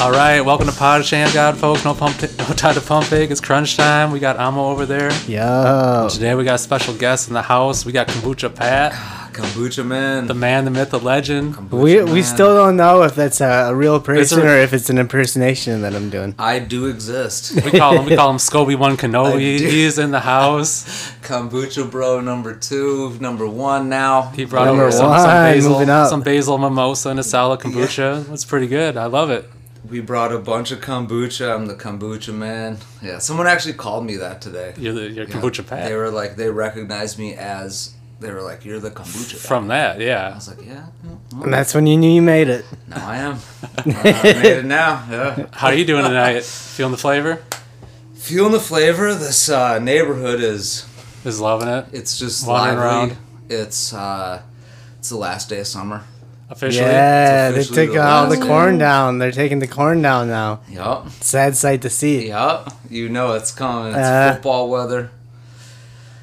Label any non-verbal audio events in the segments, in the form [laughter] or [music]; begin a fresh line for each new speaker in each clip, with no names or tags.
All right, welcome to Pod Sham God, folks. No pump, no time to pump fake. It's crunch time. We got Amo over there.
[laughs] Yo.
Today we got a special guest in the house. We got Kombucha Pat,
Kombucha man.
the man, the myth, the legend.
We, we
man.
still don't know if that's a, a real person
a-
or if it's an impersonation that I'm doing.
I do exist.
[laughs] We call him we call him Scobie One
I
Kenobi.
do.
He's in the house.
Kombucha bro number two, number one now.
He brought
Number
over some, some
one,
basil,
moving up.
some basil mimosa and a salad kombucha. That's pretty good. I love it.
We brought a bunch of kombucha. I'm the kombucha man. Yeah, someone actually called me that today.
You're the you're
Yeah.
kombucha
They
Pat.
were like, they recognized me as, they were like, you're the kombucha. guy."
From that,
I
yeah.
was like, yeah, well,
And that's when you knew you made it.
now I am. Uh, I made it now. Yeah.
How are you doing tonight? Feeling the flavor?
Feeling the flavor. This uh, neighborhood is
Is loving it.
It's just
Wandering
lively.
around.
It's uh, it's the last day of summer.
Officially.
Yeah, they
officially
took
the
all the
last
corn down. They're taking the corn down now.
Yup,
Sad sight to see.
yup. You know it's coming. It's
Uh.
football weather.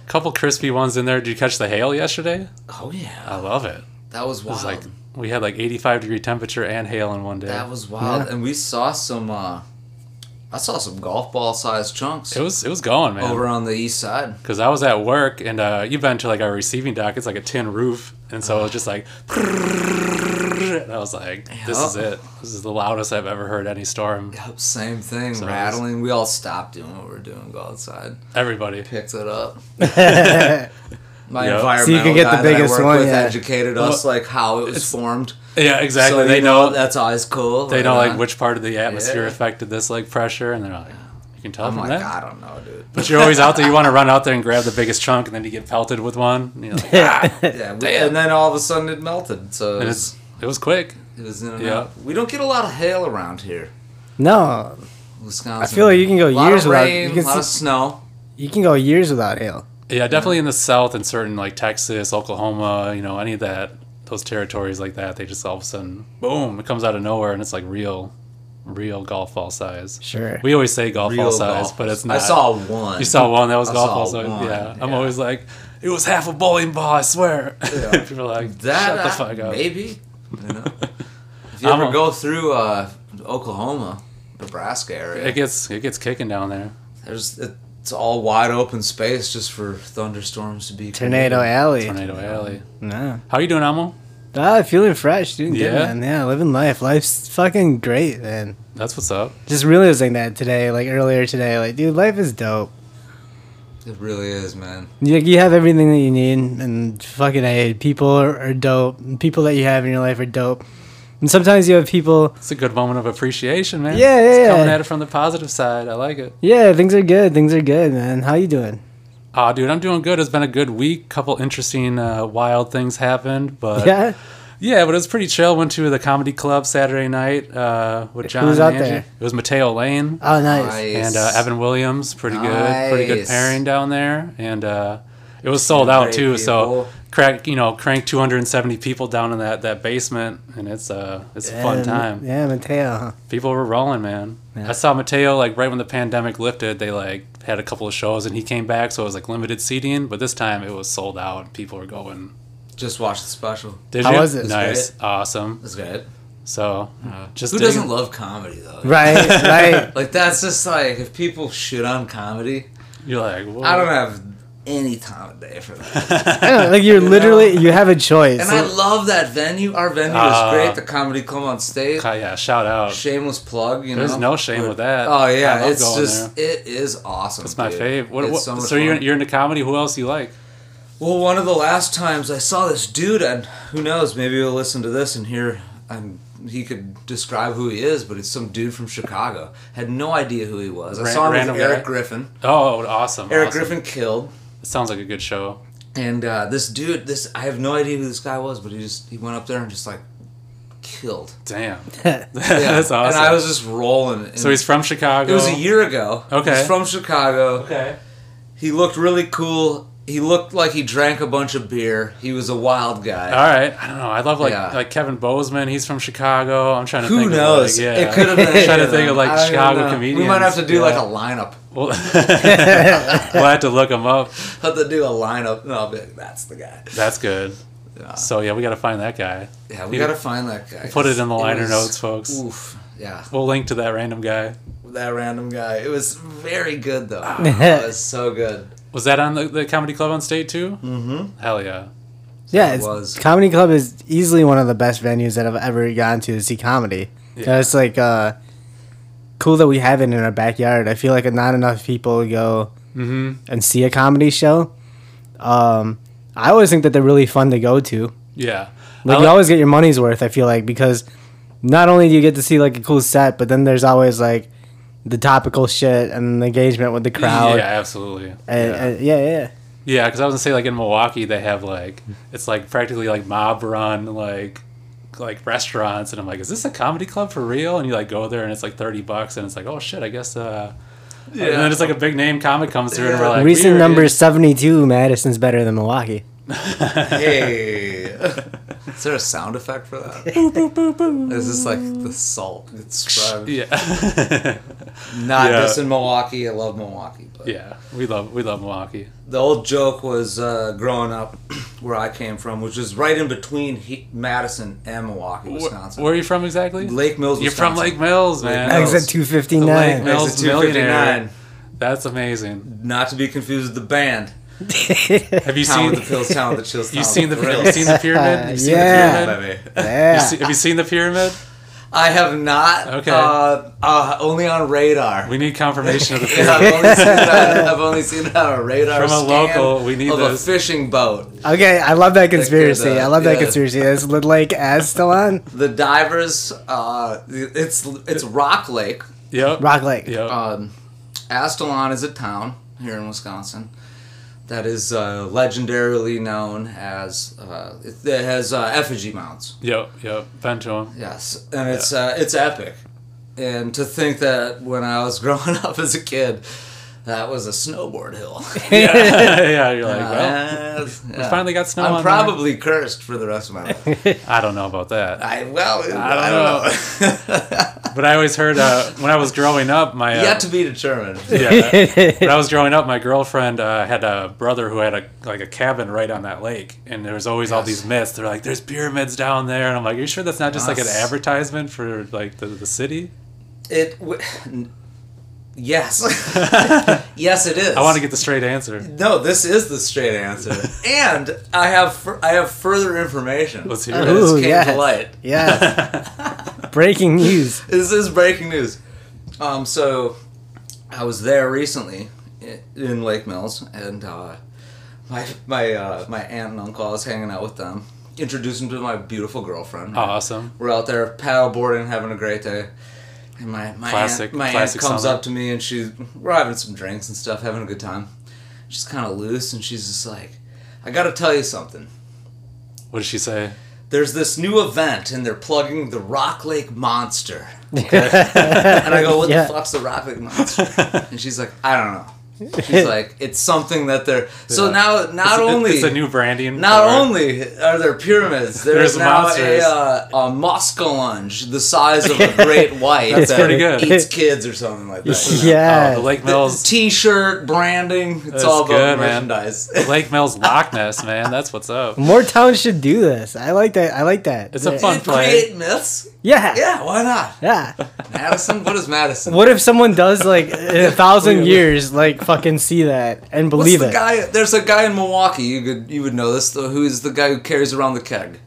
Couple crispy ones in there. Did you catch the hail yesterday?
Oh
I
yeah,
love it.
that was
It
wild.
was like we had like 85 degree temperature and hail in one day.
that was wild, and we saw some. Uh, I saw some golf ball sized chunks
it was it was going,
over
man.
on the east side.
Because I was at work and uh, you've been to like our receiving dock. It's like a tin roof, and so it was just like. [laughs] And I was like, "This is
Yeah.
it. This is the loudest I've ever heard any storm."
Yup, same thing,
So it was-
rattling. We all stopped doing what we were doing, go outside,
Everybody.
picked it up. My
Yup.
environmental
So you could get the
guy that I
biggest
work
one,
with
yeah.
educated us like how it was
it's-
formed.
Yeah, exactly.
So
they
you
know.
that's always cool.
they
right
know like
on.
which part of the atmosphere
Yeah. Oh
affected this like pressure, and they're like, "You can tell
I'm
from
like,
that."
I don't know,
[laughs]
dude.
But you're always out there. You want to run out there and grab the biggest chunk, and then you get pelted with one. And, you're like,
[laughs]
"Ah."
yeah, we, and then all of a sudden it melted. So it
and
was,
it's it was quick.
it was in and
yeah.
out. We don't get a lot of hail around here,
[laughs] No,
Wisconsin.
I feel like you can go
a lot
years
of
without-
rain,
you can
a lot of
see-
snow.
you can go years without hail.
Yeah, definitely in the South and certain like Texas, Oklahoma, you know, any of that, those territories like that, they just all of a sudden, boom, it comes out of nowhere and it's like real, real golf ball size.
Sure.
We always say golf ball
Real
size,
golf.
but it's not.
I saw one.
You saw one that was
I
golf
saw
ball size.
one,
Yeah. I'm
yeah.
always like, it was half a bowling ball, I swear. [laughs] People are like,
that? uh,
shut the
I-
fuck up.
Maybe. You
[laughs]
know? if you
I'm
ever
a-
go through uh, Oklahoma, Nebraska area,
It gets it gets kicking down there.
there's it's all wide open space just for thunderstorms to be.
Tornado
created.
Alley.
Tornado Alley.
No.
How you doing, Amo?
Ah, feeling fresh, doing good,
Yeah?
man. Yeah, living life. Life's fucking great, man.
That's what's up.
Just realizing that today, like earlier today, like dude, life is dope.
It really is, man.
You, you have everything that you need, and fucking a people are, are dope. and People that you have in your life are dope, and sometimes you have people.
It's a good moment of appreciation, man.
Yeah, yeah,
It's
yeah.
coming at it from the positive side. I like it.
Yeah, things are good. Things are good, man. How you doing?
Ah, dude, I'm doing good. It's been a good week. Couple interesting, uh, wild things happened, but yeah.
yeah,
but it was pretty chill. Went to the comedy club Saturday night uh, with John.
was
and
out
Angie.
there?
It was Mateo Lane
oh nice.
and uh, Evan Williams. Pretty good, pretty good
Nice.
pairing down there, and uh, it was sold out
Great
too. So
people.
crack, you know, crank 270 people down in that that basement, and it's uh, it's a fun
And-
time
Yeah, Mateo. Huh?
people were rolling, man. I saw Mateo like right when the pandemic lifted, they like had a couple of shows and he came back, so it was like limited seating, but this time it was sold out and people were going.
Just watch the special.
Did
How
you?
was it? It's
Nice, awesome.
That's good.
So, uh, just
Who
digging-
doesn't love comedy though?
Right,
[laughs]
right.
Like that's just like if people shit on comedy,
You're like, Whoa.
I don't have any time of day for that.
Yeah, like you're literally you have a choice.
And I love that venue. Our venue
Ah.
is great. The comedy club on stage.
Ca- Yeah, shout out.
Shameless plug. You
There's
know.
no shame with that.
Oh
I
yeah,
love
it's
going
just
there.
it is awesome.
It's my
dude.
fave. What,
It's
what-
so
so
much
you're
fun.
you're into comedy? Who else you like?
Well, one of the last times I saw this dude, and who knows, maybe he'll listen to this and hear, and he could describe who he is, but it's some dude from Chicago. Had no idea who he was. I
Ran-
saw him
random
with
guy.
Eric Griffin.
Oh, awesome.
Eric
awesome.
Griffin killed,
Sounds like a good show.
and uh, this dude, this I have no idea who this guy was, but he just he went up there and just like killed.
[laughs]
Damn,
Yeah.
[laughs] that's awesome.
And I was just rolling. And
so he's from Chicago.
It was a year ago.
Okay.
He's from Chicago.
Okay.
He looked really cool. He looked like he drank a bunch of beer. He was a wild guy.
All right, I don't know. I love like
Yeah.
like Kevin Bozeman. He's from Chicago. I'm trying to
Who
think.
knows?
Of, like, yeah. [laughs]
It could have been.
I'm trying to
any
think of
them.
like
I don't
Chicago
know.
comedians.
We might have to do
Yeah.
like a lineup. [laughs]
We'll, [laughs] we'll have to look him up.
Have to do a lineup, and I'll be like, "That's the guy."
That's good.
Yeah.
So yeah, we got to find that guy.
Yeah, we
Yeah.
gotta find that guy.
Put it in the liner
was-
notes, folks.
Oof. Yeah,
We'll link to that random guy.
that random guy. It was very good though.
[laughs]
it was so good.
Was that on the, the comedy club on state too? Mm-hmm. Hell yeah.
yeah,
it
it's,
was.
comedy club is easily one of the best venues that I've ever gone to to see comedy.
Yeah.
It's like uh, cool that we have it in our backyard. I feel like not enough people go
Mm-hmm.
and see a comedy show. Um, I always think that they're really fun to go to.
Yeah. I
Like
like-
you always get your money's worth. I feel like because not only do you get to see like a cool set, but then there's always like the topical shit and the engagement with the crowd.
Yeah,
Yeah,
absolutely.
and,
yeah.
and- yeah, yeah.
Yeah, because I was gonna say like in Milwaukee they have like it's like practically like mob run like like restaurants and I'm like, is this a comedy club for real? And you like go there and it's like thirty bucks and it's like, oh shit, I guess. uh And then it's like a big name comic comes through and we're
Yeah.
like,
Recent
weird.
number seventy two. Madison's better than Milwaukee.
[laughs]
hey. Is there a sound effect for that? Is this like the salt? It's from-
Yeah, [laughs]
not
Yeah.
just in Milwaukee. I love Milwaukee, but
yeah. We love we love Milwaukee.
the old joke was uh, growing up [clears throat] where I came from, which is right in between he- Madison and Milwaukee,
Wh-
Wisconsin.
Where are you from exactly?
Lake Mills,
You're from Lake
Wisconsin.
Mills, man.
Mills.
Exit two fifty
Lake
nine.
Mills
Exit
millionaire.
259.
That's amazing.
Not to be confused with the band.
[laughs]
Have you
Town
seen
with the pills, town with the
[laughs]
chills.
you
town
seen the
with
have you
thrills.
seen
[laughs]
the pyramid? You've seen the
Yeah.
pyramid?
Baby.
You
Yeah.
see- have you seen the pyramid?
I have not.
Okay.
Uh, uh, only on radar.
We need confirmation of the
Yeah,
pyramid.
[laughs] I've, only seen that, I've only seen that on a radar
From a
scan
local, we need
of
this.
a fishing boat.
Okay, I love that conspiracy.
uh,
I love that
yeah.
conspiracy. Is Lid Lake as still on?
The divers. Uh, it's it's Rock Lake.
Yep.
Rock Lake.
Yep.
Um, Astilon is a town here in Wisconsin that is uh, legendarily known as uh, it, it has uh, effigy mounds.
Yep, yep. Been to
[laughs]
him.
Yes, and it's uh, it's epic. And to think that when I was [laughs] growing up as a kid, that was a snowboard
[laughs]
hill.
Yeah, yeah. You're like, well,
Uh, [laughs] yeah.
finally got snow
I'm
on
probably cursed for the rest of my
[laughs]
life.
I don't know about that.
I well, I don't, know. [laughs]
But I always heard uh, when I was growing up, my uh,
Yet to be determined.
yeah.
[laughs]
when I was growing up, my girlfriend uh, had a brother who had a like a cabin right on that lake, and there was always all
Yes.
these myths. They're like, "There's pyramids down there," and I'm like, "Are you sure that's not just like an
Us.
advertisement for like the, the
[laughs]
city?"
It. W- yes, [laughs] yes, it is.
I want to get the straight answer.
No, this is the straight answer,
[laughs]
and I have fur- I have further information.
Let's hear
that
it.
has
Ooh,
came
yes.
to light.
Yeah.
[laughs]
Breaking news.
this is breaking news. Um, so I was there recently i- in Lake Mills, and uh, my my uh, my aunt and uncle. I was hanging out with them, introduced them to my beautiful girlfriend.
Uh-huh. Awesome.
We're out there paddleboarding, having a great day. And my my
Classic-
aunt, my
classic
aunt comes
summer.
up to me, and she we're having some drinks and stuff, having a good time. She's kind of loose, and she's just like, "I got to tell you something."
What did she say?
there's this new event and they're plugging the Rock Lake
[laughs]
Monster. and I go, what
Yeah.
the fuck's the Rock
[laughs]
Lake Monster? And she's like, I don't know. She's like, it's something that they're. So
Yeah.
now,
It's-
not only,
it's a new branding.
not
for-
only are there
[laughs]
pyramids, there's,
There's
now
monsters.
a, uh, a Muskelunge the size of a
[laughs]
great white.
That's pretty good.
Eats kids or something like that.
Oh,
Yeah.
the Lake Mills.
T-shirt branding, it's
That's
all about
good, man.
merchandise.
Lake Mills Loch Ness, man. That's what's
[laughs]
up.
More towns should do this. I like that. I like that.
It's a
Yeah.
[laughs]
fun- play.
Create myths.
Yeah. Yeah.
Yeah, why not? Madison, what
[laughs]
is Madison?
What if someone does
[laughs]
like in a thousand
Wait,
years, like fucking see that and
What's
believe
the
it?
guy? There's a guy in Milwaukee. You could you would know this. Though, who is the guy who carries around the keg?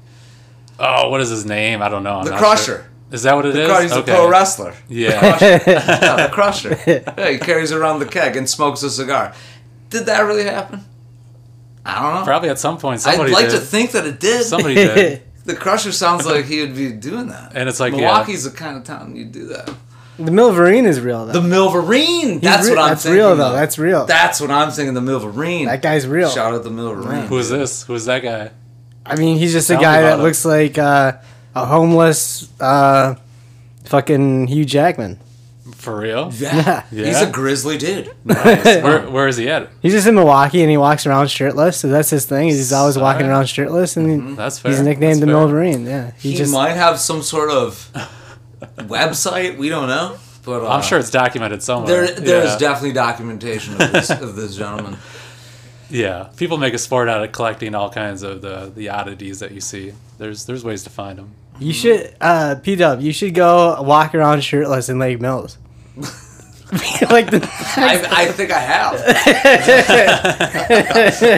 Oh, what is his name? I don't know. I'm
The
not
Crusher.
sure. Is that what it is?
Crusher, He's a pro wrestler.
Yeah. [laughs]
Yeah,
[laughs]
the Crusher. yeah, he carries around the keg and smokes a cigar. Did that really happen? I don't know.
Probably at some point
I'd
somebody
like
did.
to think that it did.
somebody did.
[laughs] The Crusher
[laughs]
sounds like he would be doing that.
And it's like, yeah.
Milwaukee's the kind of town you do that.
[laughs] the Milverine is real though.
The Milverine. That's
re-
what I'm
that's
thinking.
real, though.
of.
That's real.
That's what I'm thinking. The Milverine.
that guy's real.
Shout out the Milverine.
[laughs]
Who is this? Who is that guy?
I mean, he's just a
Tell me
guy
about
that
him.
looks like uh, a homeless, uh, fucking Hugh Jackman.
For
[laughs]
real?
Yeah.
Yeah.
He's a grizzly dude.
Where, where is he at?
He's just in Milwaukee and he walks around shirtless, so that's his thing. He's always walking
Alright.
around shirtless, and he-
That's Mm-hmm. fair.
he's nicknamed the
That's fair.
Milverine. Yeah, he,
he
just
might have some sort of website. We don't know, but uh,
I'm sure it's documented somewhere.
there there is
Yeah.
[laughs]
definitely documentation of this, of this gentleman.
Yeah, people make a sport out of collecting all kinds of the the oddities that you see. There's there's ways to find
[laughs]
them.
You should, uh, P Dub, you should go walk around shirtless in Lake Mills. [laughs] like the, [laughs]
I, I think I have.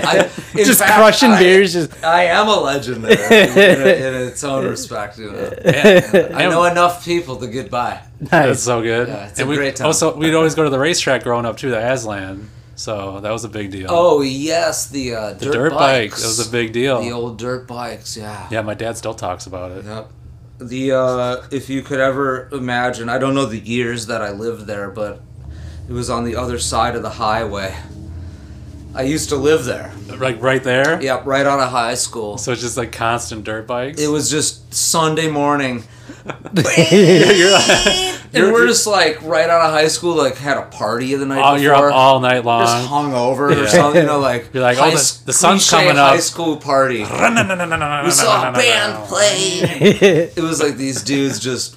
I, in
just
fact,
crushing
I-
beers, just [laughs]
I am a legend there, in, in its own respect. You know. I know enough people to get by.
That's
nice.
so good.
Yeah, it's
and
a
we
great time.
also we'd always go to the racetrack growing up too, the Aslan. So that was a big deal.
Oh yes, the, uh,
the dirt bike. That was a big deal.
The old dirt bikes, yeah.
yeah, my dad still talks about it.
Yep. The uh, if you could ever imagine, I don't know the years that I lived there, but it was on the other side of the highway. I used to live there.
Like right there.
Yep, right out of high school.
So it's just like constant dirt bikes.
It was just Sunday morning,
[laughs] you're like,
and we're just like right out of high school. Like had a party the night
all,
before.
oh, you're up all night long.
just
[laughs]
hung over
Yeah.
or something. You know, like
[laughs] You're like, oh,
high
the-
s-
the sun's
cliche
coming up.
High school
[laughs]
party. We saw a band play.
That's [laughs]
It was like these dudes just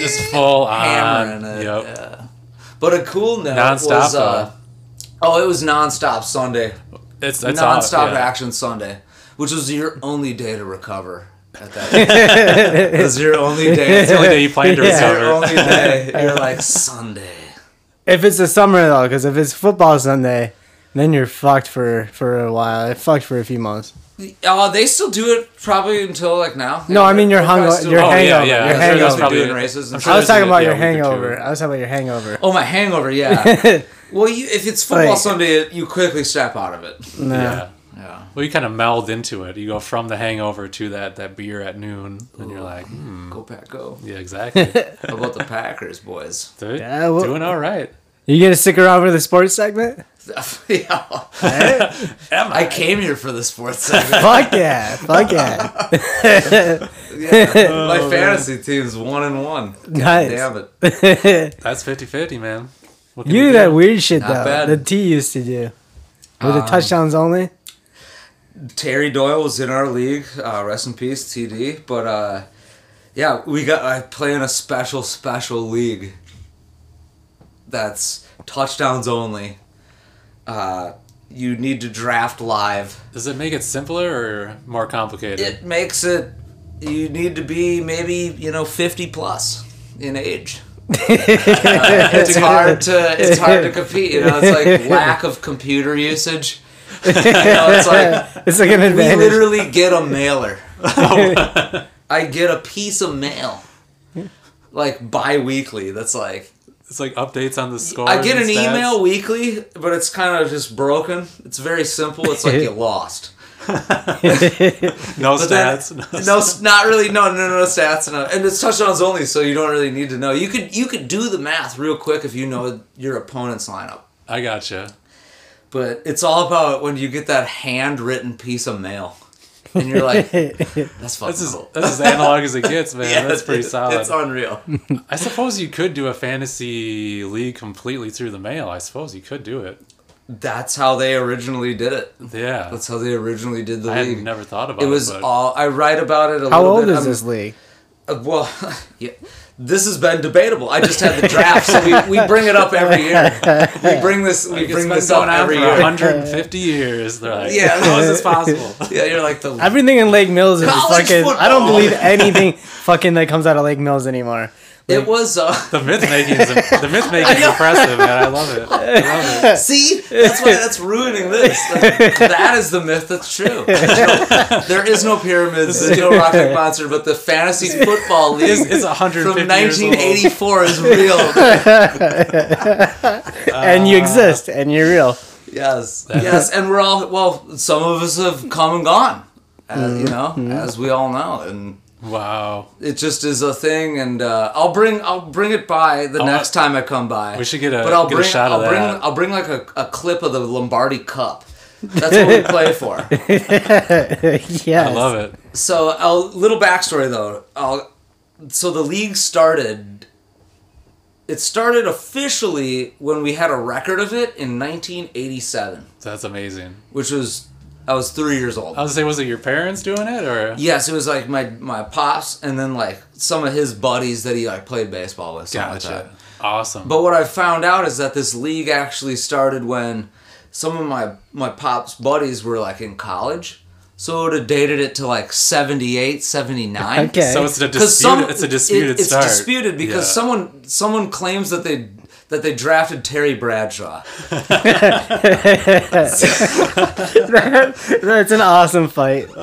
Just full on.
hammering it.
Uh, Yep.
yeah. But a cool note
Nonstop,
was uh, oh, it was nonstop Sunday,
It's, it's all-
nonstop
yeah.
action Sunday, which was your only day to recover. At
[laughs]
that, it was your only day.
It's
It's
the [laughs] only day you plan to
Yeah.
your
recover.
only day. You're like Sunday.
if it's the summer though, because if it's football Sunday, then you're fucked for for a while. It fucked for a few months.
Uh, they still do it probably until like now.
No, I mean your
They're probably
hungover,
still-
your
Oh, yeah,
hangover,
yeah.
your
I'm sure
they're
that's
hangover.
still
probably-
doing races.
I'm
and
sure
I was
there's
shit.
talking about
a- yeah, a
your
week or two.
hangover. I was talking about your hangover.
Oh, my hangover, yeah.
[laughs]
well, you, if it's football
Like-
Sunday, you quickly snap out of it.
No.
Yeah.
Yeah.
Well, you kind of meld into it. You go from the hangover to that, that beer at noon, and you're like, hmm,
Go Pack Go.
yeah,
[laughs]
exactly.
How about the Packers, boys?
Dude,
Yeah, well-
doing all right.
You gonna stick around for the sports segment?
[laughs] yeah.
Am
I came here for the sports
[laughs]
segment.
fuck
[laughs]
yeah, fuck yeah, [laughs]
Yeah. My fantasy team's one and one. God
Nice.
Damn it.
That's 50 50, man. What can
You
we
do
do?
that weird shit
Not
though.
bad.
The T used to do with the
Um,
touchdowns only.
Terry Doyle was in our league. Uh, rest in peace, TD. But uh, yeah, we got. I play in a special, special league. That's touchdowns only. Uh, you need to draft live.
Does it make it simpler or more complicated?
It makes it. You need to be maybe you know fifty plus in age. it's hard to it's hard to compete. You know, it's like lack of computer usage. [laughs] You know, it's
[laughs]
like
It's like an
[laughs] we
advantage.
literally get a mailer. I get a piece of mail, like bi-weekly. That's like
It's like updates on the score.
I get an email weekly, but it's kind of just broken. It's very simple. It's like you lost.
No
But then-
stats. [laughs] no
no, s- not really. No, no, no stats. No, and it's touchdowns only, so you don't really need to know. You could you could do the math real quick if you know your opponent's lineup.
I gotcha.
But it's all about when you get that handwritten piece of mail, and
[laughs]
you're like, "That's fucking
This is [laughs]
cool."
that's as analog as it gets,
[laughs]
man. that's pretty
it's-
solid.
It's unreal.
I suppose you could do a fantasy league completely through the mail. I suppose you could do it.
That's how they originally did it.
Yeah,
That's how they originally did the
I had
league.
never thought about
it
it.
was
but
all I write about it a
How
little
old
bit.
is
I'm-
this
[laughs]
league?
Uh, Well, [laughs] yeah, this has been debatable. I just had the draft, so we, we bring it up every year. We bring this we
it's
bring
been
this
going
up
on for
every year.
150 years. They're like,
Yeah.
how [laughs] is this possible?
Yeah, you're like the
Everything in Lake Mills is
College
fucking. I don't
football.
believe anything fucking that comes out of Lake Mills anymore.
it was. Uh,
The myth making is the myth
[laughs]
making is impressive, man. I love it. I love it.
see, that's why that's ruining this. Like, that is the myth that's true. [laughs] there is no pyramids. There's no rocket monster, but the fantasy football league
It's, it's 150
from
years old.
1984 is real.
and you exist, and you're real.
Yes, yes, and we're all well. Some of us have come and gone, as, you know, as we all know, and
Wow,
it just is a thing. And uh, I'll bring I'll bring it by the next time I come by.
we should get a-
but I'll
get a
bring,
shot of
I'll bring,
that.
I'll bring like a, a clip of the Lombardi Cup.
[laughs]
That's what we play for.
yes.
I love it.
So a little backstory though. I'll, so the league started. It started officially when we had a record of it in 1987,
That's amazing.
which was I was three years old.
I was gonna say, was it your parents doing it or?
Yes, it was like my my pops, and then like some of his buddies that he like played baseball with. Something Like that.
Awesome.
But what I found out is that this league actually started when some of my my pops buddies were like in college, so it would have dated it to like 78, 79.
[laughs] Okay.
So it's a disputed.
Because some
it's a disputed
it- it's
start.
disputed because
Yeah.
someone someone claims that they that they drafted Terry Bradshaw.
That's an awesome fight.
We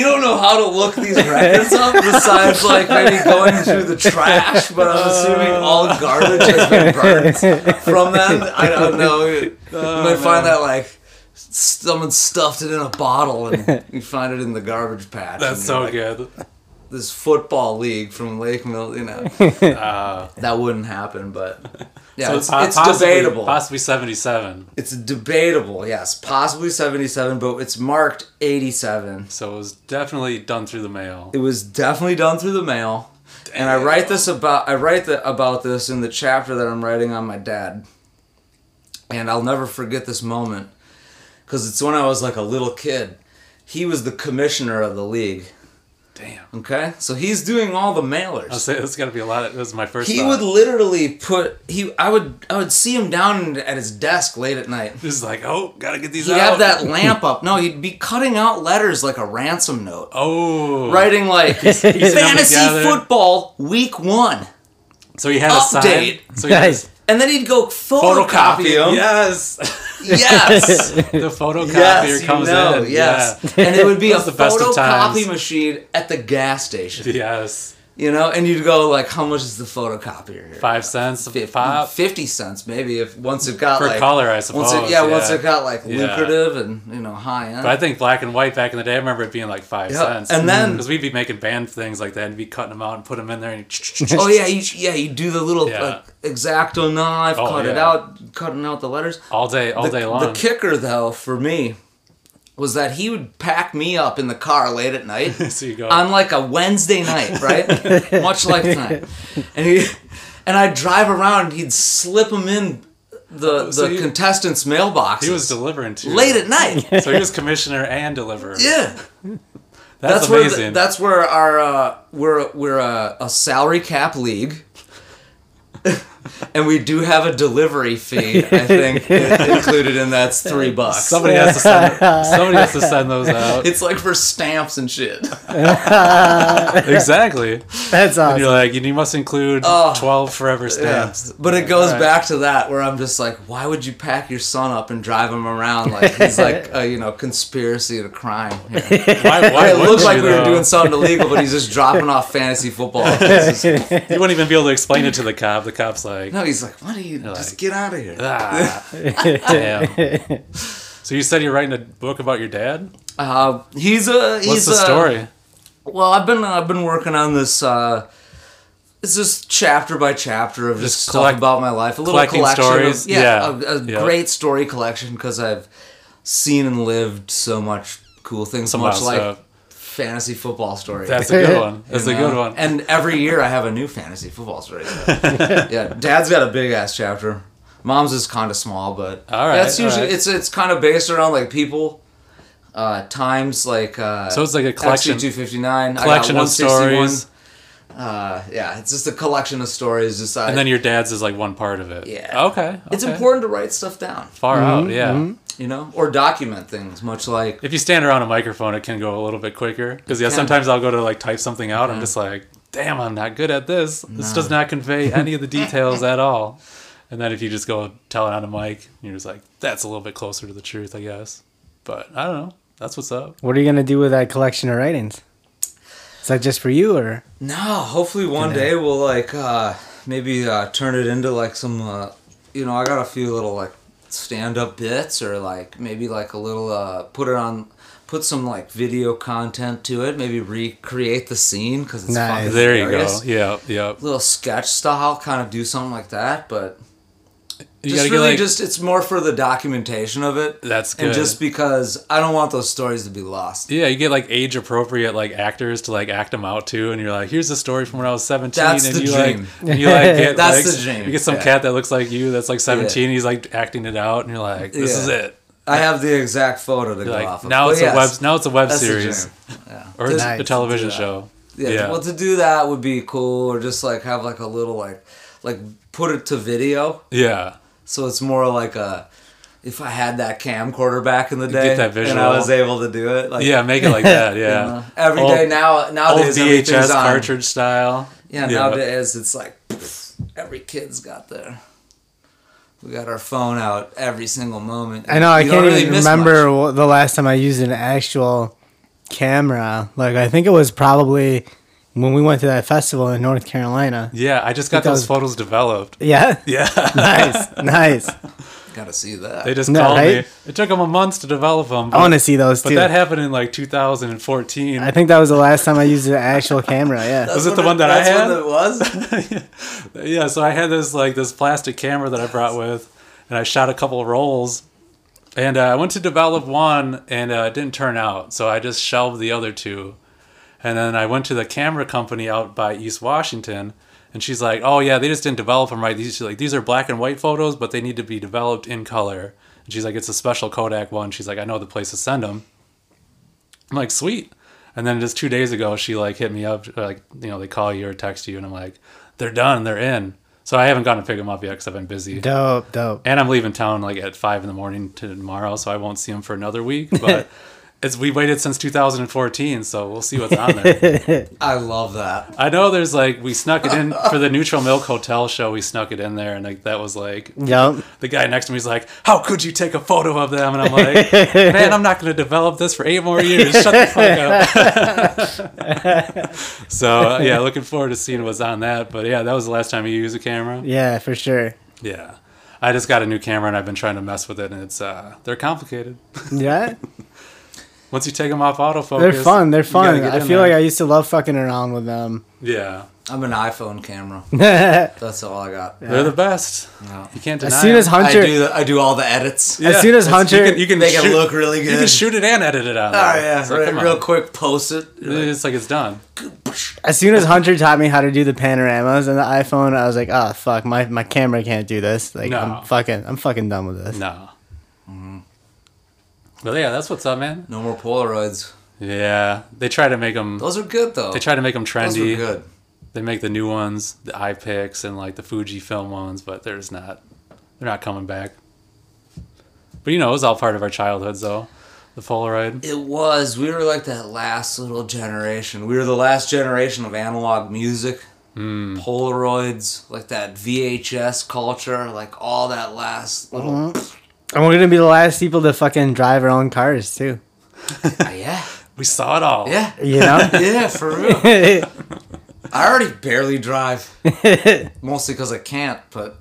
don't know how to look these records up besides like maybe going through the trash, but I'm assuming all garbage has been burned from them. I don't know. You
Oh,
might find that like someone stuffed it in a bottle and you find it in the garbage patch.
That's
and
so
[laughs] you're like,
good.
This football league from Lake Mill, you know,
Uh,
that wouldn't happen, but yeah, it's,
po-
it's
possibly-
debatable.
Possibly seventy-seven.
It's debatable, yes. Possibly 77, but it's marked 87.
So it was definitely done through the mail.
It was definitely done through the mail. And I write this about I write the, about this in the chapter that I'm writing on my dad. And I'll never forget this moment cuz it's when I was like a little kid. He was the commissioner of the league,
Damn.
okay? So he's doing all the mailers.
I'll say there's got to be a lot. Of, that was my first.
he
thought.
would literally put he I would I would see him down at his desk late at night.
This is like, oh, gotta get these
He'd
out.
have that lamp up. No, he'd be cutting out letters like a ransom note.
Oh, [laughs]
Writing like
them
fantasy
together.
football week one.
So he had
Update.
a sign. So he had
Guys,
his
And then he'd go photocopy,
photocopy.
him.
Yes. [laughs]
Yes.
the photocopier
yes. you
comes
know,
in.
Yes.
Yeah.
And it would be a
That's the best of times.
photocopy machine at the gas station.
Yes.
You know, and you'd go like, how much is the photocopier here?
Five cents a
50,
pop.
50 cents maybe if once it got
For
like
color, I
once
suppose,
it, yeah,
yeah.
once it got like
Yeah.
lucrative and you know high end
But I think black and white back in the day, I remember it being like five
Yeah,
cents.
and then-
because we'd be making band things like that and be cutting them out and put them in there and [laughs]
Oh yeah, you, yeah. You do the little
Yeah.
like, exacto knife,
Oh,
cut it
yeah.
out, cutting out the letters.
all day, all day long.
The kicker though for me was that he would pack me up in the car late at
[laughs]
night
so you go.
on like a Wednesday night, right?
[laughs]
Much like tonight, and he and I'd drive around. He'd slip them in the
so
the
he-
contestants' mailbox.
he was delivering too
late
[laughs]
at night.
So he was commissioner and deliverer.
yeah.
that's,
that's where
amazing.
the, that's where our uh, we're we're a, a salary cap league, [laughs] and we do have a delivery fee. I
[laughs]
think included in that's three bucks.
somebody has to
[laughs]
send. somebody has to send those out.
it's like for stamps
[laughs]
and shit.
exactly.
that's
And
awesome.
you're like, you must include
Oh.
twelve forever
[laughs]
stamps.
But it goes
Right.
back to that where I'm just like, why would you pack your son up and drive him around like he's like a you know conspiracy to crime? here.
Why? Why
It
would
looks
you,
like we were
though? [laughs]
doing something illegal, but he's just dropping off fantasy football. It's just-
You wouldn't even be able to explain it to the cop. The cop's
[laughs]
like,
no, he's like, what are you? Just
like,
get out of here.
ah, damn.
[laughs]
So you said you're writing a book about your dad.
Uh, he's a he's uh,
What's the
a,
story?
Well, I've been I've been working on this. Uh, it's just chapter by chapter of just,
Just
stuff
collect-
about my life, a little
collecting
collection.
stories?
Of, yeah,
Yeah.
a, a
Yeah.
great story collection because I've seen and lived so much cool things,
Some
much
wild
like
stuff.
fantasy football stories.
That's a good one. That's a
you know?
good one.
And every year I have a new fantasy
[laughs]
football story. so- yeah, Dad's got a big ass chapter. Mom's is kind of small, but
All right,
That's
all
usually
right.
it's it's kind of based around like people, uh, times like uh,
So it's like a collection-
Two fifty nine
collection of stories,
Uh, yeah, it's just a collection of stories. Just uh,
and then your dad's is like one part of it.
Yeah.
Okay.
it's
okay.
important Mm-hmm, to write stuff down,
Far out. Yeah.
you know, or document things. Much like
If you stand around a microphone, it can go a little bit quicker. Because yeah,
can.
sometimes I'll go to like type something out. I'm just like, damn, I'm not good at this. This does not convey any of
[laughs]
the details at all. And then if you just go tell it on a mic, you're just like, that's a little bit closer to the truth, I guess. But I don't know. That's what's up.
What are you gonna do with that collection of writings? Is that just for you, or
no, hopefully one day we'll like uh, maybe uh, turn it into like some, uh, you know, I got a few little like stand up bits or like maybe like a little uh, put it on. Put some like video content to it. Maybe recreate the scene because it's
Nice.
fucking
There you
hilarious.
go. Yeah, yeah.
little sketch style, kind of do something like that, but
You
just
gotta
really
get like,
just it's more for the documentation of it.
That's
And
good.
just because I don't want those stories to be lost.
yeah, you get like age appropriate like actors to like act them out too, and you're like, here's a story from when I was 17,
That's
and
the
you
dream.
like, and you like, get,
[laughs] That's
like,
the dream.
You get some
Yeah.
cat that looks like you, that's like 17, he's like acting it out, and you're like, this
Yeah.
is it.
I have the exact photo to go
like
off of.
now
But
it's
yes,
a web now it's a web
that's the
series
dream. Yeah.
or it's
Nice
a
to
television
do that.
show.
yeah.
Yeah,
Well, to do that would be cool, or just like have like a little like like put it to video,
yeah.
so it's more like a if I had that camcorder back in the
Get
day,
that
and
visual.
I was able to do it, like
Yeah, make it
[laughs]
like that.
you
Yeah.
know, every day
Old-
now
Old
nowadays everything's
VHS
on.
cartridge style.
Yeah, nowadays it's like pff, every kid's got their. We got our phone out every single moment.
I know. I
You don't
can't
really
even
miss
remember
much.
wh- the last time I used an actual camera. Like I think it was probably when we went to that festival in North Carolina.
Yeah, I just got
Because-
those photos developed.
Yeah.
Yeah.
[laughs] nice. Nice.
Gotta see
[laughs]
that.
they just
No,
called
right?
me. It took them a month to develop them.
I want to see those
But
too.
that happened in like 2014.
I think that was the last time I used an actual camera. Yeah.
was it the
That's what
one that I
that's
had?
What it
[laughs]
was. [laughs]
yeah, so I had this like this plastic camera that I brought with, and I shot a couple rolls, and uh, I went to develop one, and uh, it didn't turn out, so I just shelved the other two, and then I went to the camera company out by East Washington, and she's like, "Oh yeah, they just didn't develop them right. These she's like these are black and white photos, but they need to be developed in color." And she's like, "It's a special Kodak one." She's like, "I know the place to send them." I'm like, sweet. And then just two days ago, she like hit me up, like you know, they call you or text you, and I'm like, they're done, they're in. So I haven't gone to pick them up yet because I've been busy,
Dope. Dope.
and I'm leaving town like at five in the morning to tomorrow, so I won't see them for another week. But it's we waited since 2014, so we'll see what's on there.
I love that.
I know there's like we snuck it in for the Neutral Milk Hotel show. We snuck it in there, and like that was like
Dope.
the guy next to me is like, "How could you take a photo of them?" And I'm like, "Man, I'm not going to develop this for eight more years. Shut the fuck up." [laughs] so uh, yeah, looking forward to seeing what's on that. But yeah, that was the last time you used a camera.
Yeah, for sure.
Yeah, I just got a new camera and I've been trying to mess with it, and it's uh, they're complicated.
Yeah.
Once you take them off autofocus,
They're fun. They're
you gotta
fun.
get
I
in
feel
there.
like I used to love fucking around
[laughs]
with them.
yeah,
I'm an iPhone camera. That's all I got.
they're the best.
No.
You can't deny.
As soon as
it.
Hunter,
I do. The, I do all the edits.
Yeah,
soon
it's-
as
you
Hunter-
can, you can
Make it
shoot-
look really
you can
good.
shoot it and edit it out.
Oh yeah,
like,
right,
come on.
real quick, post it.
It's like it's done.
as soon as Hunter taught me how to do the panoramas on the iPhone, I was like, oh fuck, my, my camera can't do this. Like
No.
I'm fucking I'm fucking done with this.
No.
Mm-hmm.
But yeah, that's what's up, man.
No more Polaroids.
Yeah, they try to make them.
Those are good though.
They try to make them
Those are
trendy.
good.
They make the new ones, the iPix and like the Fuji film ones, but they're just not. They're not coming back. But you know, it was all part of our childhoods, though. The Polaroid.
It was. We were like that last little generation. We were the last generation of analog music, Hmm. Polaroids, like that VHS culture, like all that last [laughs] little.
And we're gonna be the last people to fucking drive our own cars too.
yeah,
We saw it all.
yeah,
[laughs]
You know? [laughs]
yeah, for real. [laughs] I already barely [laughs] drive, mostly because I can't, but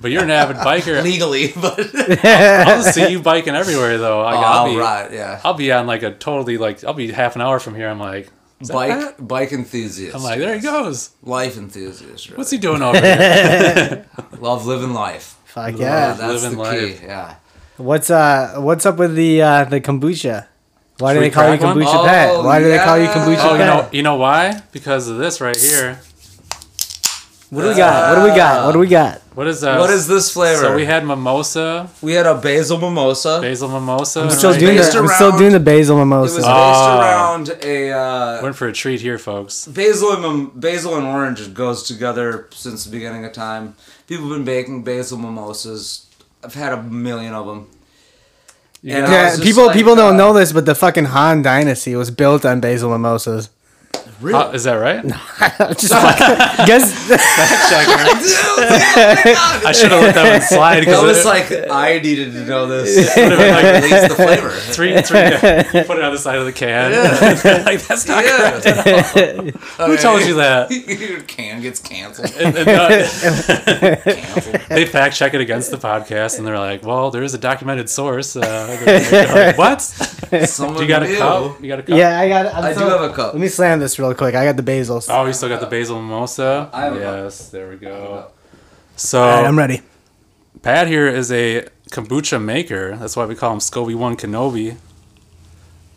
But you're an
[laughs]
avid biker.
legally. But
I'll see you biking everywhere, though. Like, I'll
all
be.
Oh, right, yeah.
I'll be on like a totally like I'll be half an hour from here. I'm like, is that
Bike,
Pat?
bike enthusiast.
I'm like, there he goes.
Life enthusiast. Really.
What's he doing over here?
[laughs] Love living life.
Fuck
Yeah,
yeah.
Love
that's
living
the
life.
key. Yeah.
What's uh what's up with the uh the kombucha? Why do
Should
they
we
call you
crack one?
kombucha
Oh,
Pat? Why do they call you
yeah.
kombucha
Oh, you know,
Pat?
you know why? Because of this right here.
What do we got? What do we got? What do we got?
What is that?
What is this flavor?
So we
we, had,
had mimosa, a
a basil mimosa.
basil mimosa. and
Still
right-
doing
Based
the, I'm still
around-
doing the basil
It was
mimosa.
Ah.
based around a uh,
Went for a treat here, folks.
basil and mim- basil and orange goes together since the beginning of time. People have been baking basil mimosas. I've had a million of them. And I was
Yeah,
just
people
like,
people don't
uh,
know this, but the fucking Han Dynasty was built on basil mimosas. [laughs]
Really?
Uh, is that right?
Just fucking guess.
Fact checker.
Dude, oh my God.
I should have let that one slide
That
because it
was like I needed to
[laughs]
know this.
would have been like
[laughs] At least the flavor.
three, three. You put it on the side of the can. [laughs] like that's not.
Yeah.
Who told you that?
[laughs] Your can gets canceled.
[laughs] And- and, uh,
canceled.
they fact check it against the podcast, and they're like, "Well, there is a documented source." Uh,
[laughs]
they're like, what?
Someone
You got a
knew.
cup? You got a cup?
yeah, I got. I'm
I do
so-
have a cup.
Let me slam this real quick. I got the basils.
Oh, you still got the basil mimosa.
I have a cup.
yes, there we go.
cup.
So
All right, I'm ready.
Pat here is a kombucha maker. That's why we call him Scovy One Kenobi.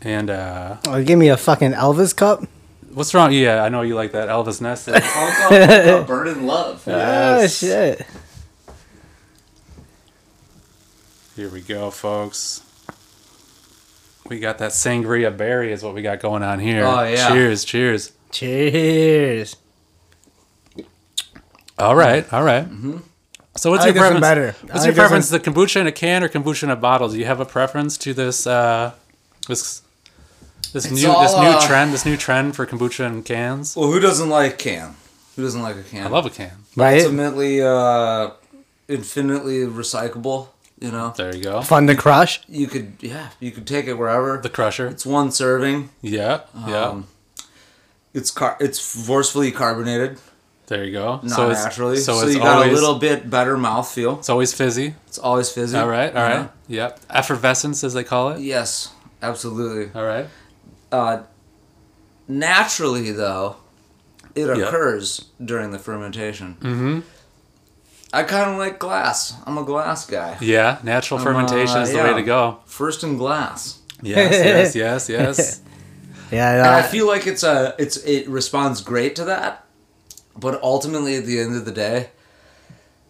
And uh,
Oh, give me a fucking Elvis cup.
what's wrong? Yeah, I know you like that Elvis Nest.
Uncle, bird in love.
Oh shit!
Here we go, folks. We got that sangria berry is what we got going on here.
Oh, yeah.
Cheers, cheers.
Cheers.
Mm-hmm.
All right, all right. So what's
I
your
like this one
preference?
better. I
What's
like
your
this
preference? The kombucha in a can or kombucha in a bottle? Do you have a preference to this uh, this this new this
all,
new
uh,
trend this new trend for kombucha in cans?
Well, who doesn't like can? Who doesn't like a can?
I love a can.
Right?
Ultimately, uh, infinitely recyclable. You know,
There you go.
Fun to crush.
you could yeah, you could take it wherever.
The crusher.
It's one serving.
Yeah, yeah.
Um, It's car. It's forcefully carbonated,
There you go.
not
so it's,
naturally.
So, it's
you got
always
a little bit better mouthfeel.
it's always fizzy.
It's always fizzy.
All right, all
you
right.
know?
Yep. Effervescence as they call it.
Yes, absolutely.
All right.
Uh, naturally, though, it occurs during the fermentation. Mm-hmm. I kind of like glass. I'm a glass guy.
Yeah, natural fermentation
uh,
is the
yeah.
way to
[laughs]
go.
First in glass.
Yes, yes, yes,
[laughs]
yes. Uh,
And I
Yeah.
feel like it's a it's it responds great to that, but ultimately at the end of the day,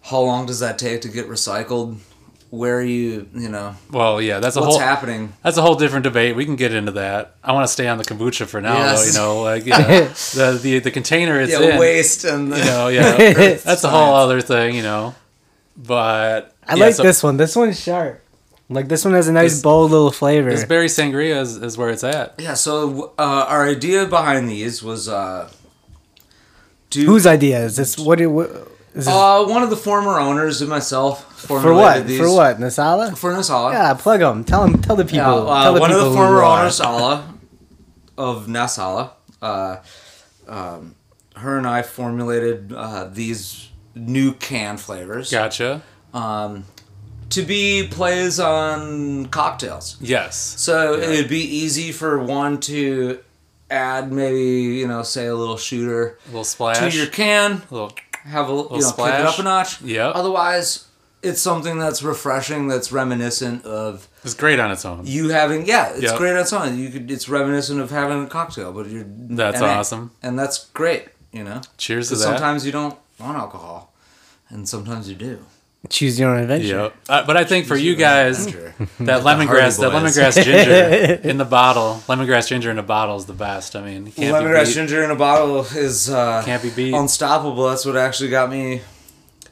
how long does that take to get recycled? Where are you? You know
Well, yeah, that's a
what's
whole
happening?
That's a whole different debate. We can get into that. I want to stay on the kombucha for now, though.
Yes.
You know,
[laughs]
like yeah, the, the the container it's
Yeah,
in.
waste and the,
You know,
[laughs]
yeah, that's a whole other thing. You know, but
I
yeah,
like
so
this one. This one's sharp. Like this one has a nice
This-
bold little flavor.
This berry sangria is, is where it's at.
yeah. So uh, our idea behind these was uh, do
Whose idea is this? What? do- what is this
uh, one of the former owners and myself
for what?
formulated these
For what? Nasala?
for Nasala.
Yeah, plug them. Tell them. Tell the people.
Uh, Yeah, uh,
tell the
one of
people
the
who
former
you are.
owners, Ala, of Nasala, uh, um, her and I formulated uh, these new can flavors
Gotcha.
um, to be plays on cocktails.
Yes.
So it'd be easy for one to add maybe you know say a little shooter
A little splash.
to your can,
a little,
have a you know kick it
splash.
up a notch.
Yep.
Otherwise, it's something that's refreshing, that's reminiscent of
it's great on its own.
you having yeah, it's
Yeah.
great on its own. You could it's reminiscent of having a cocktail, but you're
That's
and I-
awesome.
and that's great. You know,
Cheers to
'Cause
that.
Sometimes you don't want alcohol, and sometimes you do.
Choose your own adventure.
Yep. Uh, but I think for you guys,
Sure.
that lemongrass, that
Hmm. Hardy Boys.
lemongrass ginger
[laughs]
in the bottle, lemongrass ginger in a bottle is the best. I mean, you can't be
Lemongrass
beat.
ginger in a bottle is uh,
Can't be beat.
unstoppable. That's what actually got me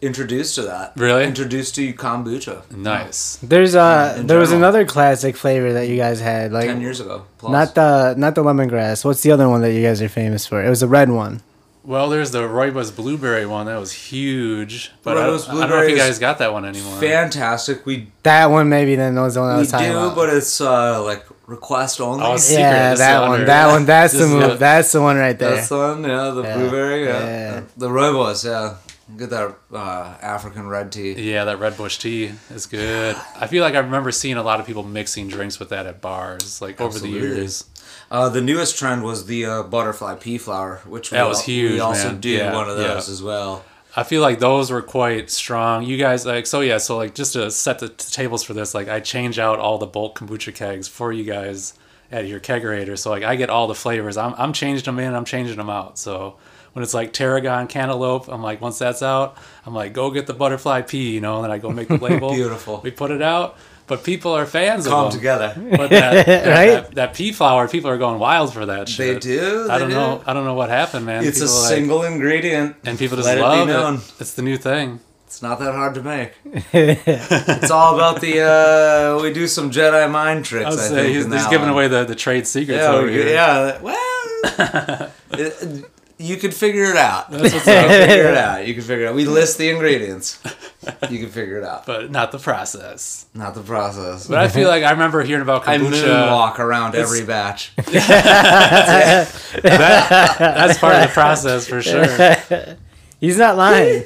introduced to that.
Really?
introduced to kombucha
Nice.
There's uh,
in
there was
general.
another classic flavor that you guys had, like
ten years ago. Plus.
not the not the lemongrass. What's the other one that you guys are famous for? It was the red one.
Well, there's the Roybus blueberry one that was huge, but I
Roybus
don't, I don't know if
blueberry
you
is
guys got that one anymore.
fantastic. We
That one maybe then was the one I
we
was talking
do,
about.
but it's uh, like request only.
Oh, it's- secret,
yeah,
this
that
one
one.
or-
That one.
[laughs]
That's the
This
move.
one.
That's the one right there.
That's the one, yeah, the
Yeah.
blueberry, yeah.
Yeah.
The rooibos, yeah. Get that uh, African red tea.
Yeah, that red bush tea is good. I feel like I remember seeing a lot of people mixing drinks with that at bars, like over the
Absolutely.
years.
Uh, the newest trend was the uh, butterfly pea flower, which we
That
al-
was huge,
We also
man.
do
Yeah,
one of
yeah.
those as well.
I feel like those were quite strong. You guys like so yeah, so like just to set the t- tables for this, like I change out all the bulk kombucha kegs for you guys at your kegerator. So like I get all the flavors. I'm I'm changing them in, I'm changing them out. So when it's like tarragon cantaloupe, I'm like once that's out, I'm like go get the butterfly pea, you know, and then I go make
[laughs]
the label.
Beautiful.
We put it out, but people are fans
Come
of them. [laughs]
together.
But
[laughs]
that, that,
Right?
that, that pea flower, people are going wild for that shit.
They do.
I
they
don't
do.
know. I don't know what happened, man.
It's a
People are like-
single ingredient,
and people just
Let it be
love
known.
it. It's the new thing.
It's not that hard
[laughs]
to make. it's all about the. Uh, we do some Jedi mind tricks.
I
I,
would
think.
say he's,
in
he's
that
giving
one.
away the, the trade secrets
Yeah,
over
we-
here.
Oh, yeah. Well,
[laughs]
it- you could figure it out.
That's what's
You
up.
[laughs]
can figure it out. You can figure it out. We list the
[laughs]
ingredients. You can figure it out.
But not the process.
Not the process.
But I feel like I remember hearing about
I
kombucha.
moonwalk around every batch.
That, that's part of
[laughs]
the process for sure.
[laughs] He's not
[laughs]
lying.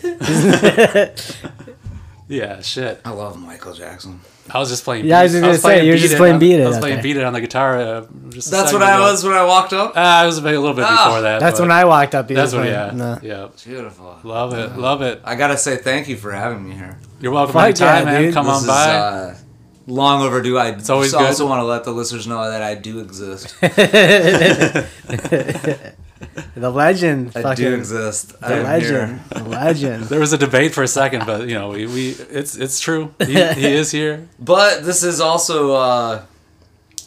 Yeah, shit.
I love Michael Jackson.
I was just playing.
Yeah, I was just gonna say,
playing
you were
Beat
just
It
playing
on-
Beat It
I was
out
playing
there.
beat it on the guitar. Uh, just a
That's what
second
I
ago.
was when I walked up.
Uh, I was a bit- a little bit
Ah,
before that.
That's
but
when I walked up. He
That's
was
when. Yeah.
like, no. [laughs]
Yeah.
Beautiful.
Love it. Love it.
I gotta say thank you for having me here.
You're welcome
Fuck
anytime,
yeah,
man.
dude.
Come
This
on by.
uh, long overdue. I it's
always
also
good.
want to let the listeners know that I
[laughs]
do exist.
The legend.
I
fucking,
do exist.
The
I'm
legend.
here.
The legend.
there was a debate for a second, but you know, we, we it's it's true. He, he is here.
But this is also, uh,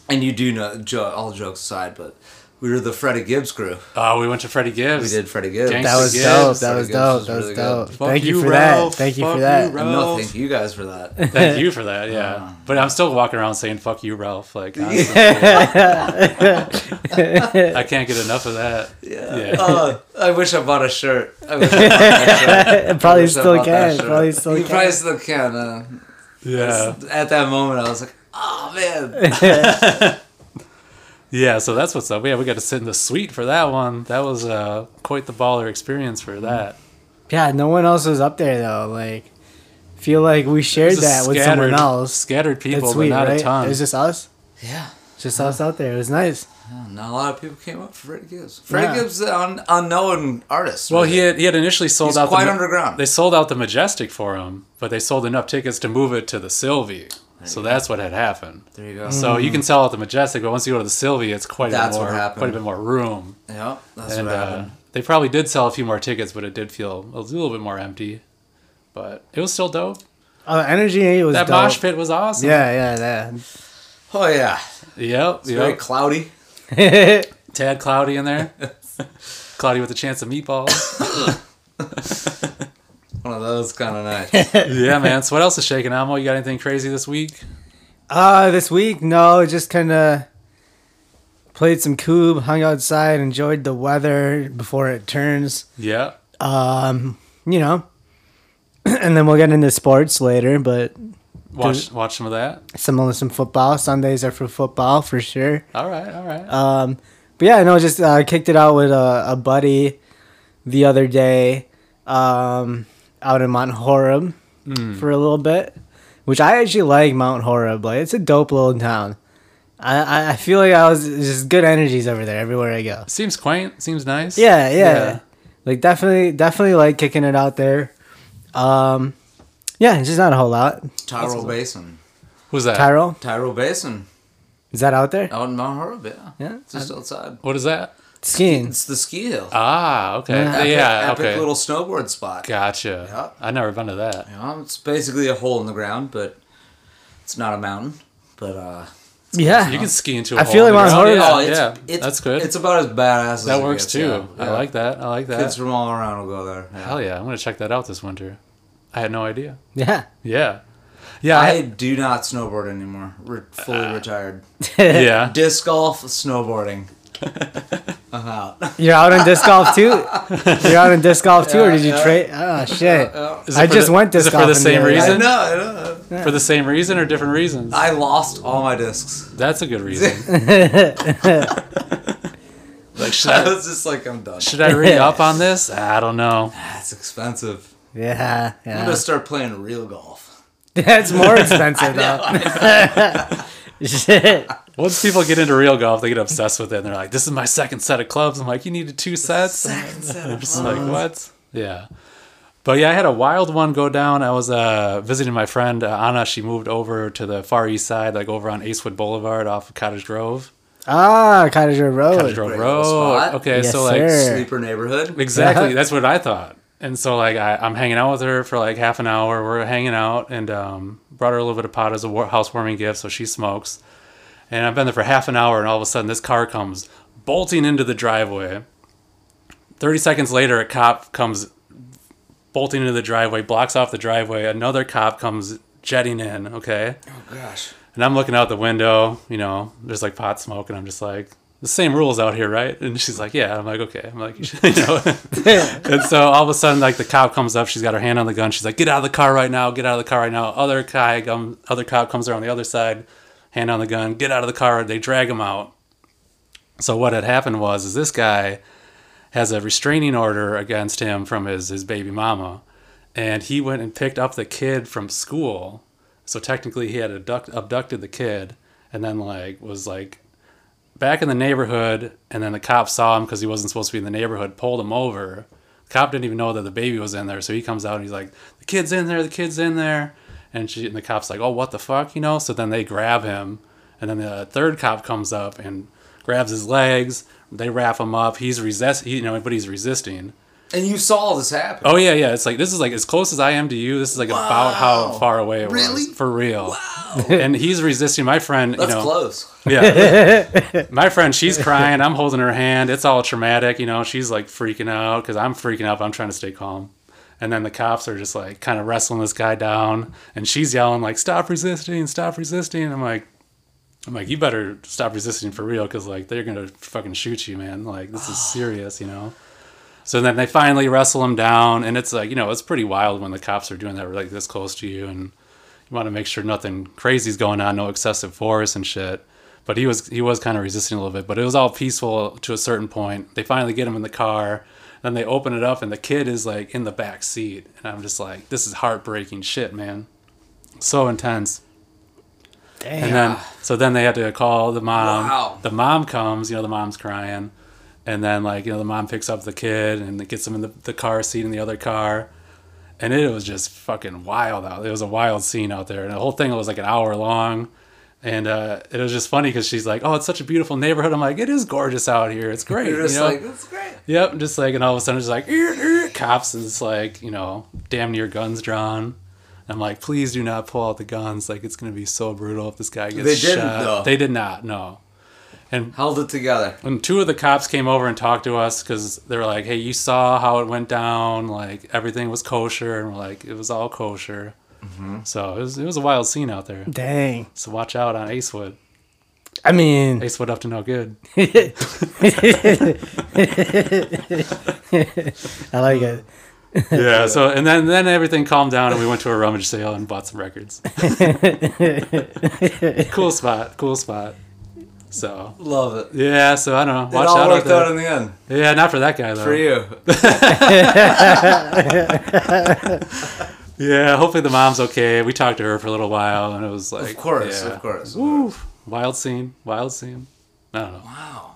and you do know, jo- all jokes aside, but We were the Freddie Gibbs crew.
Oh, we went to Freddie
We
Gibbs.
did Freddie Gibbs.
Gangsta
That was
Gibbs.
dope. That
Freddie
was
Gibbs
dope. That was
really
dope.
good.
Fuck
Thank you
you,
for
Ralph.
that. Thank you
Fuck
for
you,
that.
Ralph.
No, thank you guys for
[laughs]
that.
Thank you for that. Yeah,
Oh.
but I'm still walking around saying "fuck you, Ralph." Like
[laughs]
honestly, I can't get enough of that.
Yeah.
Yeah.
Oh.
Uh, I wish I bought a shirt.
[laughs]
I wish I bought a shirt.
It [laughs] probably
wish I
still
bought that
can.
shirt.
Probably still
You
can.
probably still can. Uh,
Yeah,
At that moment, I was like, oh,
[laughs]
man.
yeah. So that's what's up. Yeah, we got to sit in the suite for that one. That was uh, quite the baller experience for that.
Yeah, no one else was up there though. Like, feel like we shared
It's just
that with someone else.
Scattered people,
That's sweet,
but not
right?
a ton. Uh-huh.
It was just us.
yeah.
Just us out there. It was nice.
Yeah, Not a lot of people came up for Freddie Gibbs. Freddie
Yeah.
Gibbs is an un- unknown artist.
well,
really.
he had, he had initially sold
He's
out
quite
the,
underground.
They sold out the Majestic for him, but they sold enough tickets to move it to the Sylvie. So that's what had happened.
There you go.
Mm.
So you can sell out the Majestic, but once you go to the Sylvie, it's quite a bit
Mm-hmm. That's what
more
happened.
quite a bit more room.
Yeah, that's
and
what
uh,
happened.
they probably did sell a few more tickets, but it did feel a little bit more empty. But it was still dope.
Oh, energy was
That
dope.
mosh pit was awesome.
Yeah, yeah,
Oh, yeah.
Yep.
It's very
yep.
cloudy.
yeah.
Tad Cloudy in
[laughs]
there. Cloudy with a chance of meatballs.
One of those kind of
[laughs]
nights.
yeah, man. So what else is shaking, Amo? You got anything crazy this week?
[laughs] uh, this week, no, just kind of played some cube, hung outside, enjoyed the weather before it turns.
Yeah.
Um, you know, [clears throat] and then we'll get into sports later, but
Watch watch some of that.
some some football. Sundays are for football for sure.
All right, all right.
Um, but yeah, no, just uh, kicked it out with a, a buddy the other day um, out in Mount Horeb for a little bit, which I actually like Mount Horeb. Like it's a dope little town. I- I, I feel like I was just good energies over there everywhere I go.
seems quaint. Seems nice.
Yeah, yeah,
Yeah.
Like definitely, definitely like kicking it out there. Um, yeah, it's just not a whole lot.
Tyrell Basin.
Who's that?
Tyrell,
Tyrell Basin.
is that out there?
Out in Mount Horeb, yeah.
Yeah,
It's just outside.
What is that?
skiing.
It's the ski hill.
Ah, okay.
Yeah.
yeah,
epic
okay.
little snowboard spot.
Gotcha.
Yeah.
I've never been to that.
You know, it's basically a hole in the ground, but it's not a mountain. But uh,
Yeah,
You can ski into a
I
hole
feel
in
like
the
my
ground.
heart-
Yeah,
oh, it's,
yeah.
it's,
that's good.
It's about as badass as
that
it
works
gets,
too.
yeah.
I like that. I like that.
Kids from all around will go there. yeah.
Hell yeah! I'm gonna check that out this winter. I had no idea.
[laughs] yeah.
Yeah, yeah, I, Uh,
I do not snowboard anymore. Re- fully retired.
yeah.
Disc golf, snowboarding. I'm out.
[laughs] You're out on disc golf too.
[laughs]
You're out on disc golf too, or did you
Yeah,
trade? Oh shit!
Is it
I
for
just
the-
went
is
disc
it for
golf
the
in
same
other
reason?
day.
Uh, I know, I know.
For the same reason or different reasons?
I lost all my discs.
That's a good
[laughs]
reason. like, should
I
I,
was just like, I'm done.
should I re up on this? I don't know.
That's expensive.
Yeah,
I'm
yeah.
gonna start playing real golf.
[laughs] That's more expensive though. [laughs] Shit.
Once people get into real golf, they get obsessed with it, and they're like, "This is my second set of clubs." I'm like, "You needed two sets."
[laughs] Second set
I'm
of
just like, what? Yeah. But yeah, I had a wild one go down. I was uh, visiting my friend uh, Anna. She moved over to the far east side, like over on Acewood Boulevard off of Cottage Grove.
Ah, Cottage Road.
Cottage
[laughs]
Grove
Great little
Road.
spot.
Okay,
Yes,
so like
sir.
sleeper neighborhood.
exactly
Yeah.
that's what I thought. And so like I, I'm hanging out with her for like half an hour. We're hanging out and um, brought her a little bit of pot as a war- housewarming gift, so she smokes. And I've been there for half an hour, and all of a sudden this car comes bolting into the driveway. 30 seconds later, a cop comes bolting into the driveway, blocks off the driveway. Another cop comes jetting in, okay?
Oh gosh.
And I'm looking out the window, you know, there's like pot smoke, and I'm just like, the same rules out here, right? And she's like, yeah. I'm like, okay. I'm like, [laughs] you know. and so all of a sudden, like the cop comes up, she's got her hand on the gun. She's like, get out of the car right now. Get out of the car right now. Other guy, um, other cop comes around the other side, hand on the gun. Get out of the car. They drag him out. So what had happened was, is this guy has a restraining order against him from his his baby mama, and he went and picked up the kid from school. So technically, he had abduct, abducted the kid, and then like was like back in the neighborhood, and then the cop saw him because he wasn't supposed to be in the neighborhood, pulled him over. The cop didn't even know that the baby was in there, so he comes out and he's like, "The kid's in there, the kid's in there," and she and the cop's like, "Oh, what the fuck," you know? So then they grab him, and then the third cop comes up and grabs his legs. They wrap him up. He's resist, he- you know, but he's resisting.
And you saw all this happen.
Oh yeah, yeah. It's like this is like as close as I am to you. This is like about how
Wow.
far away it
Really?
was for real. And he's resisting. My friend,
That's
you know,
close.
yeah. My friend, she's crying. I'm holding her hand. It's all traumatic, you know. She's like freaking out because I'm freaking out. But I'm trying to stay calm. And then the cops are just like kind of wrestling this guy down, and she's yelling like, "Stop resisting! Stop resisting!" And I'm like, I'm like, you better stop resisting for real, because like they're gonna fucking shoot you, man. Like this is serious, you know. So then they finally wrestle him down, and it's like you know it's pretty wild when the cops are doing that like this close to you, and you want to make sure nothing crazy's going on, no excessive force and shit. But he was he was kind of resisting a little bit, but it was all peaceful to a certain point. They finally get him in the car, then they open it up, and the kid is like in the back seat, and I'm just like, this is heartbreaking shit, man. So intense.
Damn.
And then so then they had to call the mom.
Wow.
The mom comes, you know, the mom's crying. And then like, you know, the mom picks up the kid and it gets him in the, the car seat in the other car. And it was just fucking wild out. It was a wild scene out there. And the whole thing was like an hour long. And uh, it was just funny because she's like, "Oh, it's such a beautiful neighborhood." I'm like, "It is gorgeous out here. It's great."
You're just
you know?
like, that's great.
Yep, just like, and all of a sudden, it's like, "Er, er," cops, and it's like, you know, damn near guns drawn. And I'm like, please do not pull out the guns. Like, it's going to be so brutal if this guy gets
They didn't,
shot.
though.
They did not, no. And
Held it together.
when two of the cops came over and talked to us, because they were like, hey, you saw how it went down. Like, everything was kosher. And we're like, it was all kosher.
Mm-hmm.
So it was, it was a wild scene out there.
Dang.
So watch out on Acewood. [laughs]
I mean, [laughs]
Acewood up to no good.
I like it.
Yeah. So and then then everything calmed down and we went to a rummage sale and bought some records. cool spot. Cool spot. So
Love it.
yeah. So I don't know. Watch
it all
out. out
worked out
there.
in the end
yeah. Not for that guy though.
for [laughs] you.
Yeah. Hopefully the mom's okay. We talked to her for a little while and it was like
Of course,
yeah.
of course. of
Woo.
course.
Wild scene. Wild scene. I don't know.
Wow.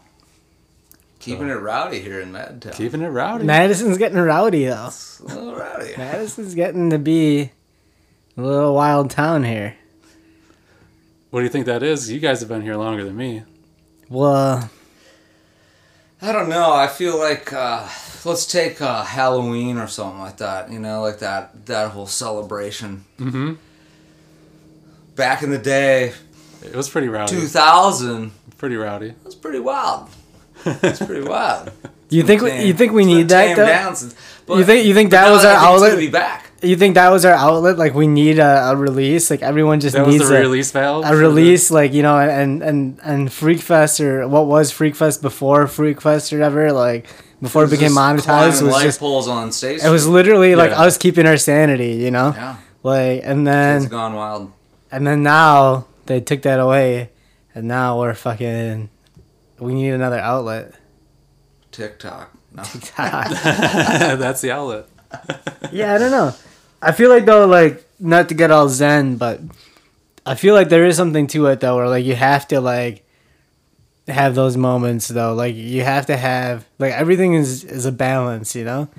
Keeping it rowdy here in Madtown.
Keeping it rowdy.
[laughs] Madison's getting rowdy though.
It's a little rowdy.
Madison's getting to be a little wild town here.
What do you think that is? You guys have been here longer than me.
Well,
[laughs] I don't know. I feel like uh, let's take uh, Halloween or something like that. You know, like that that whole celebration. Mm-hmm. Back in the day,
It was pretty rowdy.
two thousand.
Pretty rowdy.
That's pretty wild.
[laughs]
That's pretty wild.
you think we, you think we need that
though?
though?
Down since, but-
You think- you think
but
that
now
was
I
our
think it's
outlet?
gonna Be back.
You think that was our outlet? Like we need a, a release? Like everyone just
That was
needs
the
a,
release valve.
a release, like you know, and and and Freak Fest or what was Freak Fest before Freak Fest or whatever, like before it, became
Just
monetized,
climbing
was
light
just
poles on stage.
it was literally like
Yeah.
us keeping our sanity, you know,
yeah.
like and
It's
then
gone wild.
and then now they took that away, and now we're fucking. We need another outlet. [laughs]
TikTok. No.
[laughs] That's the outlet.
yeah, I don't know. I feel like though, like not to get all zen, but I feel like there is something to it though, where like you have to like have those moments though. Like you have to have like everything is is a balance, you know.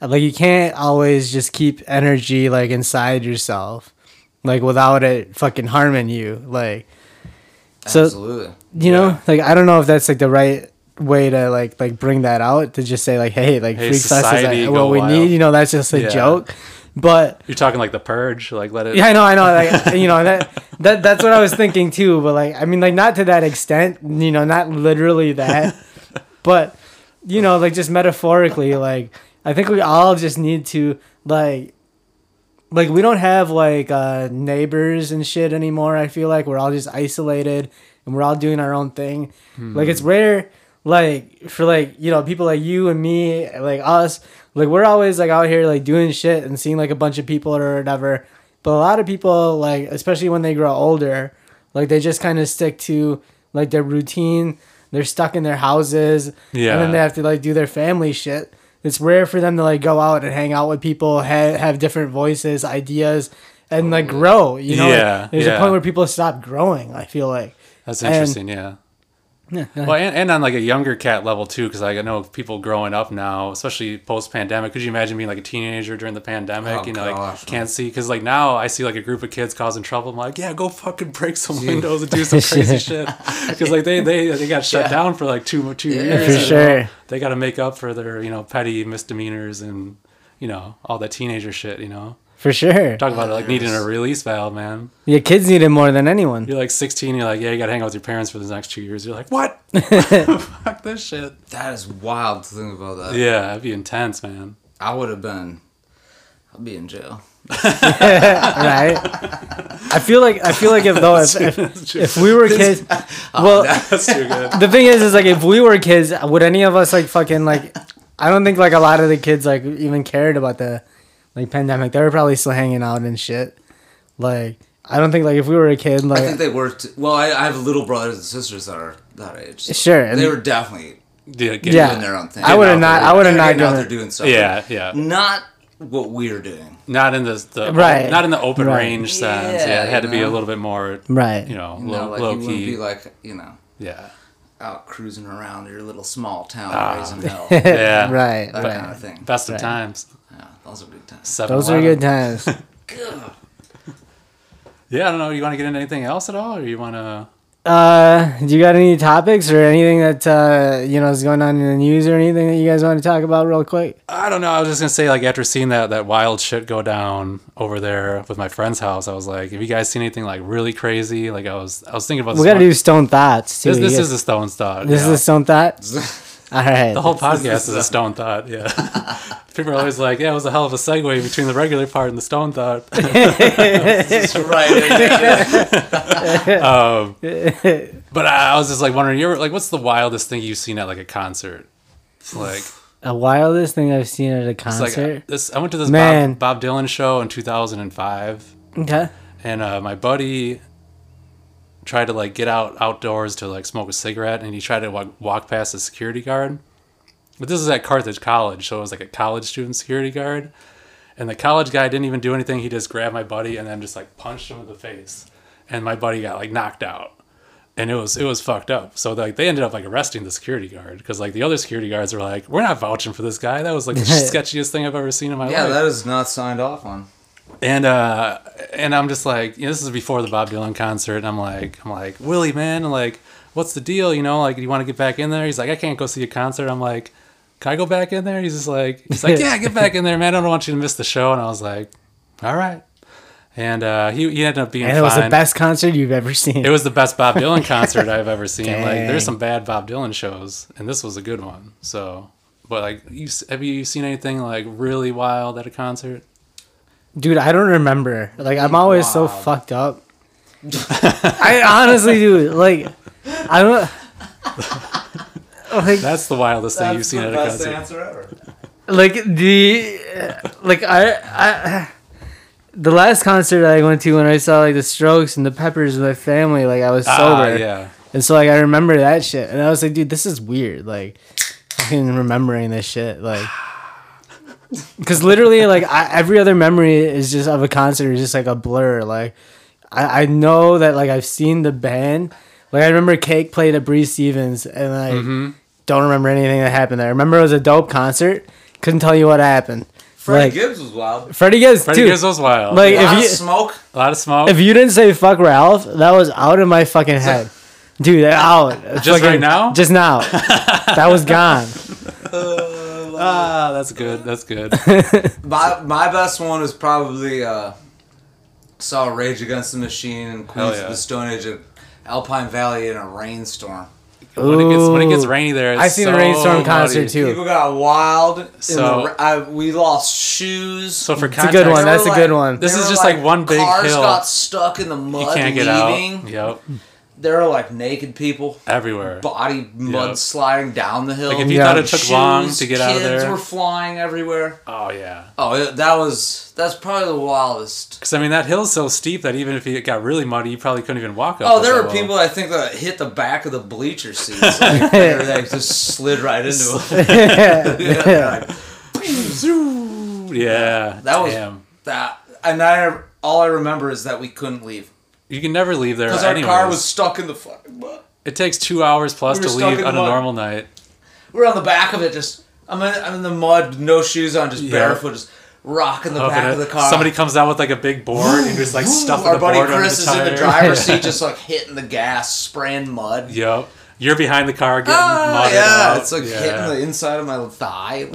Like you can't always just keep energy like inside yourself, like without it fucking harming you. Like [laughs] So-
Absolutely.
you know, like I don't know if that's like the right way to like like bring that out to just say like hey like
Hey,
freak fest is
society,
like,
go
what we
wild.
need. You know, that's just a
Yeah.
joke, but.
[laughs] You're talking like the purge. Like let it.
Yeah, I know, I know. Like, you know that that that's what I was thinking too. But like, I mean, like not to that extent. You know, not
[laughs]
literally that, but you know, like just metaphorically. Like, I think we all just need to like, like we don't have like uh, neighbors and shit anymore. I feel like we're all just isolated and we're all doing our own thing. Like it's rare. Like for like you know people like you and me like us like we're always like out here like doing shit and seeing like a bunch of people or whatever but a lot of people, like, especially when they grow older, like they just kind of stick to like their routine. They're stuck in their houses.
Yeah.
And then they have to like do their family shit. It's rare for them to like go out and hang out with people, ha- have different voices, ideas, and like grow. You know, Like,
Yeah,
there's
yeah.
a point where people stop growing. I feel like,
That's
And-
interesting. yeah.
Yeah,
Well, and, and on like a younger cat level too, because like I know people growing up now, especially post pandemic. Could you imagine being like a teenager during the pandemic?
Oh,
you know,
gosh.
like can't see because like now I see like a group of kids causing trouble. I'm like, yeah, go fucking break some windows and do some crazy shit because like they they they got shut down for like two two years.
for
you know?
sure.
They got to make up for their you know petty misdemeanors and you know all that teenager shit. You know,
For sure.
talk about like needing a release valve, man.
Your kids need it more than anyone.
You're like 16. You're like, yeah, you got to hang out with your parents for the next two years. You're like, what? Fuck this shit.
That is wild to think about that.
Yeah, that'd be intense,
[laughs]
man.
I would have been. I'd be in jail.
Oh, [laughs] right? I feel like I feel like if though
[laughs]
if, if, if we were kids, well,
That's too good.
the thing is, is like if we were kids, would any of us like fucking like? I don't think like a lot of the kids like even cared about the like pandemic. They were probably still hanging out and shit. Like I don't think like if we were a kid,
I think
like
they were. T- well, I, I have little brothers and sisters that are that age. so
Sure, and-
they were definitely
Yeah, get-
Yeah.
doing their own thing.
I would have not. I would have
They're
not
getting out
done
there
it.
doing stuff.
yeah, yeah.
Not what we're doing.
Not in the, the
Right.
Not in the open
Right.
range sense.
Yeah,
Yeah, it had to be
you
a
know.
little bit more.
Right. [laughs]
You know,
You
low,
know, like
low
you wouldn't
key.
be like you know
yeah,
out cruising around your little small town
Ah.
raising hell. that
yeah.
right,
But-
kind
right.
of thing.
Best of
Right.
times.
Yeah, those are good [laughs] times.
7
Those are good times.
Yeah, I don't know. You want to get into anything else at all, or you want to?
Uh, do you got any topics or anything that uh you know is going on in the news or anything that you guys want to talk about real quick?
I don't know. I was just gonna say, like, after seeing that that wild shit go down over there with my friend's house, I was like, "Have you guys seen anything like really crazy?" Like, I was, I was thinking about
We
this
gotta
one-
do stone thoughts too.
This,
You
this
guys-
is a stone thought.
This
yeah.
is a stone thought. All
[laughs]
right.
The whole podcast is a stone thought, yeah. [laughs] People are always like, yeah, it was a hell of a segue between the regular part and the stone thought. [laughs]
Just right in
But I, I was just like wondering, you're like, what's the wildest thing you've seen at like a concert? Like,
the wildest thing I've seen at a
it's like uh,
concert.
this. I went to this
Man.
Bob, Bob Dylan show in 2005,
okay.
and uh, my buddy tried to like get out outdoors to like smoke a cigarette, and he tried to walk, walk past the security guard. But this is at Carthage College, so it was like a college student security guard. And the college guy didn't even do anything. He just grabbed my buddy and then just like punched him in the face. And my buddy got like knocked out. And it was it was fucked up. So like they ended up like arresting the security guard because like the other security guards were like, "We're not vouching for this guy. That was like the sketchiest thing I've ever seen in my
Yeah,
life."
that is not signed off on.
and uh and i'm just like you know, this is before the bob dylan concert and i'm like i'm like willie man I'm like what's the deal you know like do you want to get back in there he's like i can't go see a concert i'm like can i go back in there he's just like he's
[laughs]
like yeah get back in there man i don't want you to miss the show and i was like all right and uh he, he ended up being
And it
fine
was the best concert you've ever seen.
it was the best Bob Dylan concert
[laughs]
I've ever seen. Like,
Dang.
there's some bad Bob Dylan shows, and this was a good one. So, but like, you s- have you seen anything like really wild at a concert?
Dude, I don't remember. Like I'm always so
Wow.
[laughs]
fucked up. I honestly do. Like I don't like
That's the wildest thing you've seen at a concert.
answer ever.
like the like I I the last concert I went to when I saw like the Strokes and the Peppers with my family, like I was
Ah,
sober.
yeah.
And so like I remember that shit, and I was like, dude, this is weird. Like, fucking remembering this
[laughs]
shit, like, because literally like I, every other memory is just of a concert is just like a blur. Like, I, I know that like I've seen the band. Like I remember Cake played at Bree Stevens, and I
Mm-hmm.
don't remember anything that happened there. I remember it was a dope concert. Couldn't tell you what happened.
Freddie
like,
Gibbs was wild.
Freddie Gibbs,
Freddie
dude.
Gibbs was wild.
like
a lot
if
of
you
smoke.
a lot of smoke.
if you didn't say fuck Ralph, that was out of my fucking head.
[laughs]
Dude, that out.
Just right now? [laughs]
Just now. that was gone.
ah, that's good. That's good.
Uh, My my best one is probably uh, saw Rage Against the Machine and Queens
yeah.
of the Stone Age at Alpine Valley in a rainstorm.
when it gets when it gets
Ooh.
rainy there, it's
I've seen
so
a rainstorm
muddy.
concert too.
People got wild.
So-
in the, ra- I, we lost shoes.
So for
a
context,
good one.
They
That's
were
a good one.
This
[laughs]
they
is
were
just, like, one big
cars
hill.
got stuck in the mud.
you can't get
leaving.
out. Yep,
There are like naked people,
everywhere.
body mud
Yep.
sliding down the hill.
Like, if you
Yeah.
thought it took long
Shoes,
to get out of
kids
there,
were flying everywhere.
oh yeah.
Oh, it- that was that's probably the wildest.
Because I mean, that hill's so steep that even if it got really muddy, you probably couldn't even walk up.
Oh,
it
there
that
were
low.
people I think that hit the back of the bleacher seats. Like, they were,
[laughs]
like, just slid right into them.
[laughs]
Yeah, like,
Yeah,
that was
damn.
that, and I all I remember is that we couldn't leave
You can never leave there.
because our
anyways.
car was stuck in the fucking mud.
It takes two hours plus
We were
to
stuck
leave
in
on a
one.
normal night.
We're on the back of it, just I'm in, I'm in the mud, no shoes on, just
Yeah.
barefoot, just rocking the
Up in
back
a-
of the car.
Somebody comes out with like a big board and
[gasps]
just like stuffing
Our
the
buddy
board under
Chris
the
is in the
tire. [laughs]
driver's seat, just like hitting the gas, spraying mud.
Yep. You're behind the car getting
Ah,
mudded
yeah,
out.
it's like
[laughs]
hitting the inside of my thigh.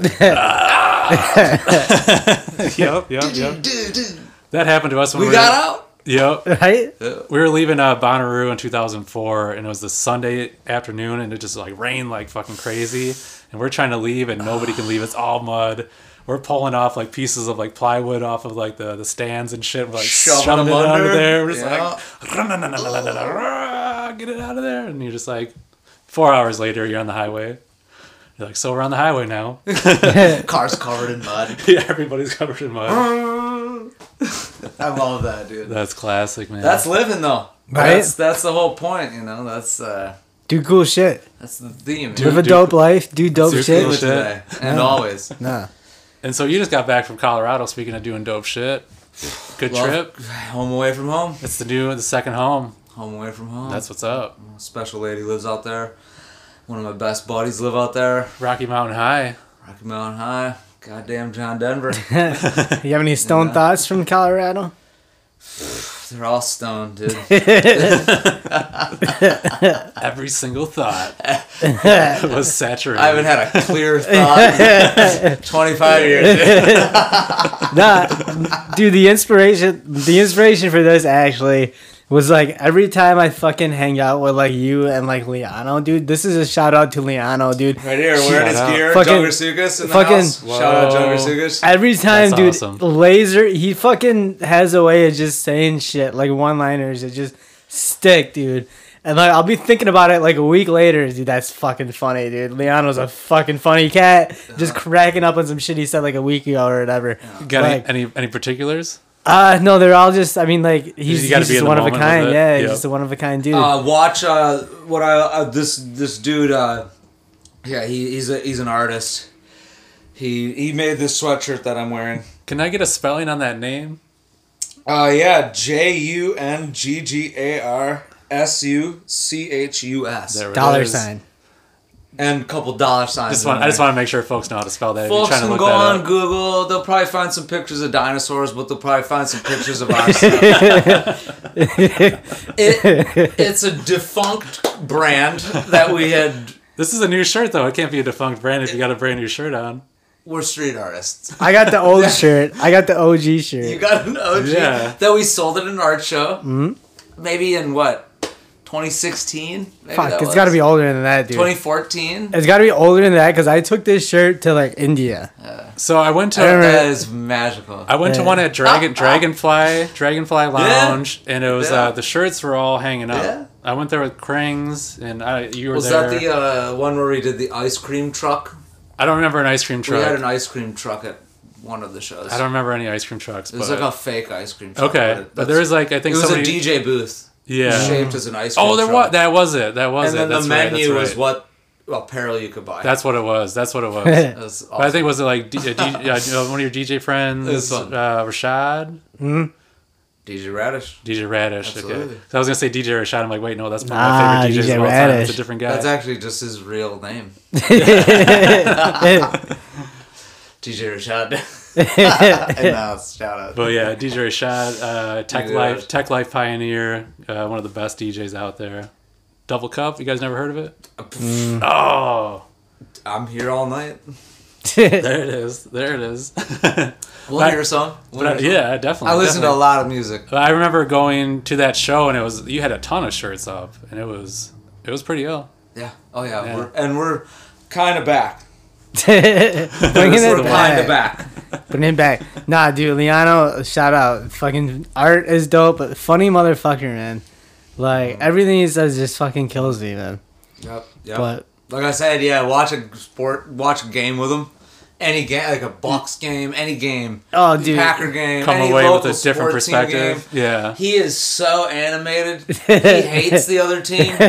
yep, yep, yep.
Dude,
That happened to us when we,
we
were,
got out.
[laughs] Yep.
Right?
we were leaving uh, Bonnaroo in 2004, and it was the Sunday afternoon, and it just like rained like fucking crazy. And we're trying to leave, and nobody can leave. It's all mud. We're pulling off like pieces of like plywood off of like the, the stands and shit. We're like
Shoving
shoving,
them
it under.
under.
there. We're just
Yeah.
like get it out of there, and you're just like four hours later, you're on the highway. You're like, so we're on the highway now. [laughs]
Car's covered in mud.
yeah, everybody's covered in
[laughs]
mud.
I love that, dude.
That's classic, man.
That's living though.
Right?
That's that's the whole point, you know. That's uh
Do cool shit.
that's the theme.
Live a
do-
dope life. Do dope
Do
shit.
cool
With
shit.
today and always.
[laughs]
Nah. [laughs]
And so you just got back from Colorado. Speaking of doing dope shit, good
Love-
trip.
Home away from home.
It's the new, the second home.
Home away from home.
That's what's up.
a special lady lives out there. One of my best buddies live out there.
Rocky Mountain High.
Rocky Mountain High. Goddamn
[laughs]
John Denver.
you have any stone thoughts from Colorado?
They're all
[laughs]
stoned, dude.
Every single
[laughs]
thought was saturated.
I haven't had a clear
[laughs]
thought in 25 years. dude.
nah, dude. The inspiration, the inspiration for this actually was like every time I fucking hang out with like you and like Liano, dude. This is a shout out to Liano, dude.
Right here, wearing his
Shout out.
gear.
Fucking-
Joker Sugas in the
fucking-
house. Shout out Joker
Whoa.
Sugas.
Every time,
That's
dude,
awesome.
laser. He fucking has a way of just saying shit like one liners that just stick, dude. And like I'll be thinking about it like a week later, dude. That's fucking funny, dude. Leano's a fucking funny cat, just cracking up on some shit he said like a week ago or whatever.
got
like-
any, any any particulars?
Uh no, they're all just. I mean, like he's,
You gotta
he's
be
just
in the
one of a
moment with
kind.
it.
Yeah, he's
Yep.
just a one of a kind dude.
Uh, watch uh, what I uh, this this dude. Uh, yeah, he, he's a, he's an artist. He he made this sweatshirt that I'm wearing.
Can I get a spelling on that name?
Uh, yeah, J U N G G A R S U C H U S,
There it
Dollar
is.
[laughs]
sign.
and a couple dollar signs.
Just want,
in
I just
there.
want to make sure folks know how to spell that. if you're
Folks
trying to
can
look
go
that
on
up.
Google. They'll probably find some pictures of dinosaurs, but they'll probably find some pictures
[laughs]
of our stuff. it, it's a defunct brand that we had.
This is a new shirt though. It can't be a defunct brand if you got a brand new shirt on.
We're street artists.
I got the old shirt. I got the OG shirt.
You got an OG
Yeah.
that we sold at an art show. Mm-hmm. Maybe in what? 2016? Maybe
Fuck,
that
it's
was.
got to be older than that, dude.
2014?
It's got to be older than that because I took this shirt to like India.
So I went to
I remember-
That is magical.
I went to
Yeah.
one at Dragon Dragonfly Dragonfly Lounge, and it was
Yeah.
uh, the shirts were all hanging up.
Yeah.
I went there with Krings, and I you were
was
there.
that the uh, one where we did the ice cream truck?
I don't remember an ice cream
We had
truck.
an ice cream truck at one of the shows.
I don't remember any ice cream trucks.
It was
but,
like a fake ice cream truck.
okay,
it-
but
that's-
there was like I
It
think
was
somebody.
a DJ booth
yeah.
shaped as an ice cream
Oh, there
truck.
was that was it. That was
And
it.
then
that's
the
right,
menu
that's
was
right.
what apparel you could buy.
That's what it was. That's what it
[laughs]
was.
That was awesome.
But I think was it like D- uh,
[laughs]
D- uh, one of your DJ friends,
It was fun.
uh, Rashad,
DJ Radish.
DJ Radish.
Absolutely. Ah,
Okay, so I was gonna say DJ Rashad. I'm like, wait, no, that's one of
Nah,
my favorite DJs
DJ
of all time.
Radish.
It's a different guy.
That's actually just his real name,
[laughs]
[laughs]
DJ Rashad. [laughs] and now it's shout out.
But yeah, DJ Rashad, uh, Tech
Yeah.
Life, Tech Life pioneer, uh, one of the best DJs out there. Double Cup, you guys never heard of it?
Mm.
Oh,
I'm here all night.
there it is, there it is. [laughs]
We'll
But-
hear a song. We'll
but I-
hear a song.
yeah, definitely.
I listen to a
definitely.
lot of music.
But I remember going to that show and it was you had a ton of shirts up and it was it was pretty ill.
Yeah. Oh yeah.
Yeah.
We're, and we're kind of back.
Bringing
We're
it
kind of
back.
[laughs]
back.
Bringing it back. Nah, dude, Liano, shout out. Fucking art is dope, but funny motherfucker, man.
Mm.
Like everything he says just fucking kills me, man.
Yep. Yep.
But [laughs]
like I said, yeah, watch a sport, watch a game with them. Any game, like a Bucks game, any game,
oh, dude,
Packer game,
Come
any
away with
local
a different
sports team
perspective. Yeah.
game. He is so
[laughs]
animated. He hates the other team, no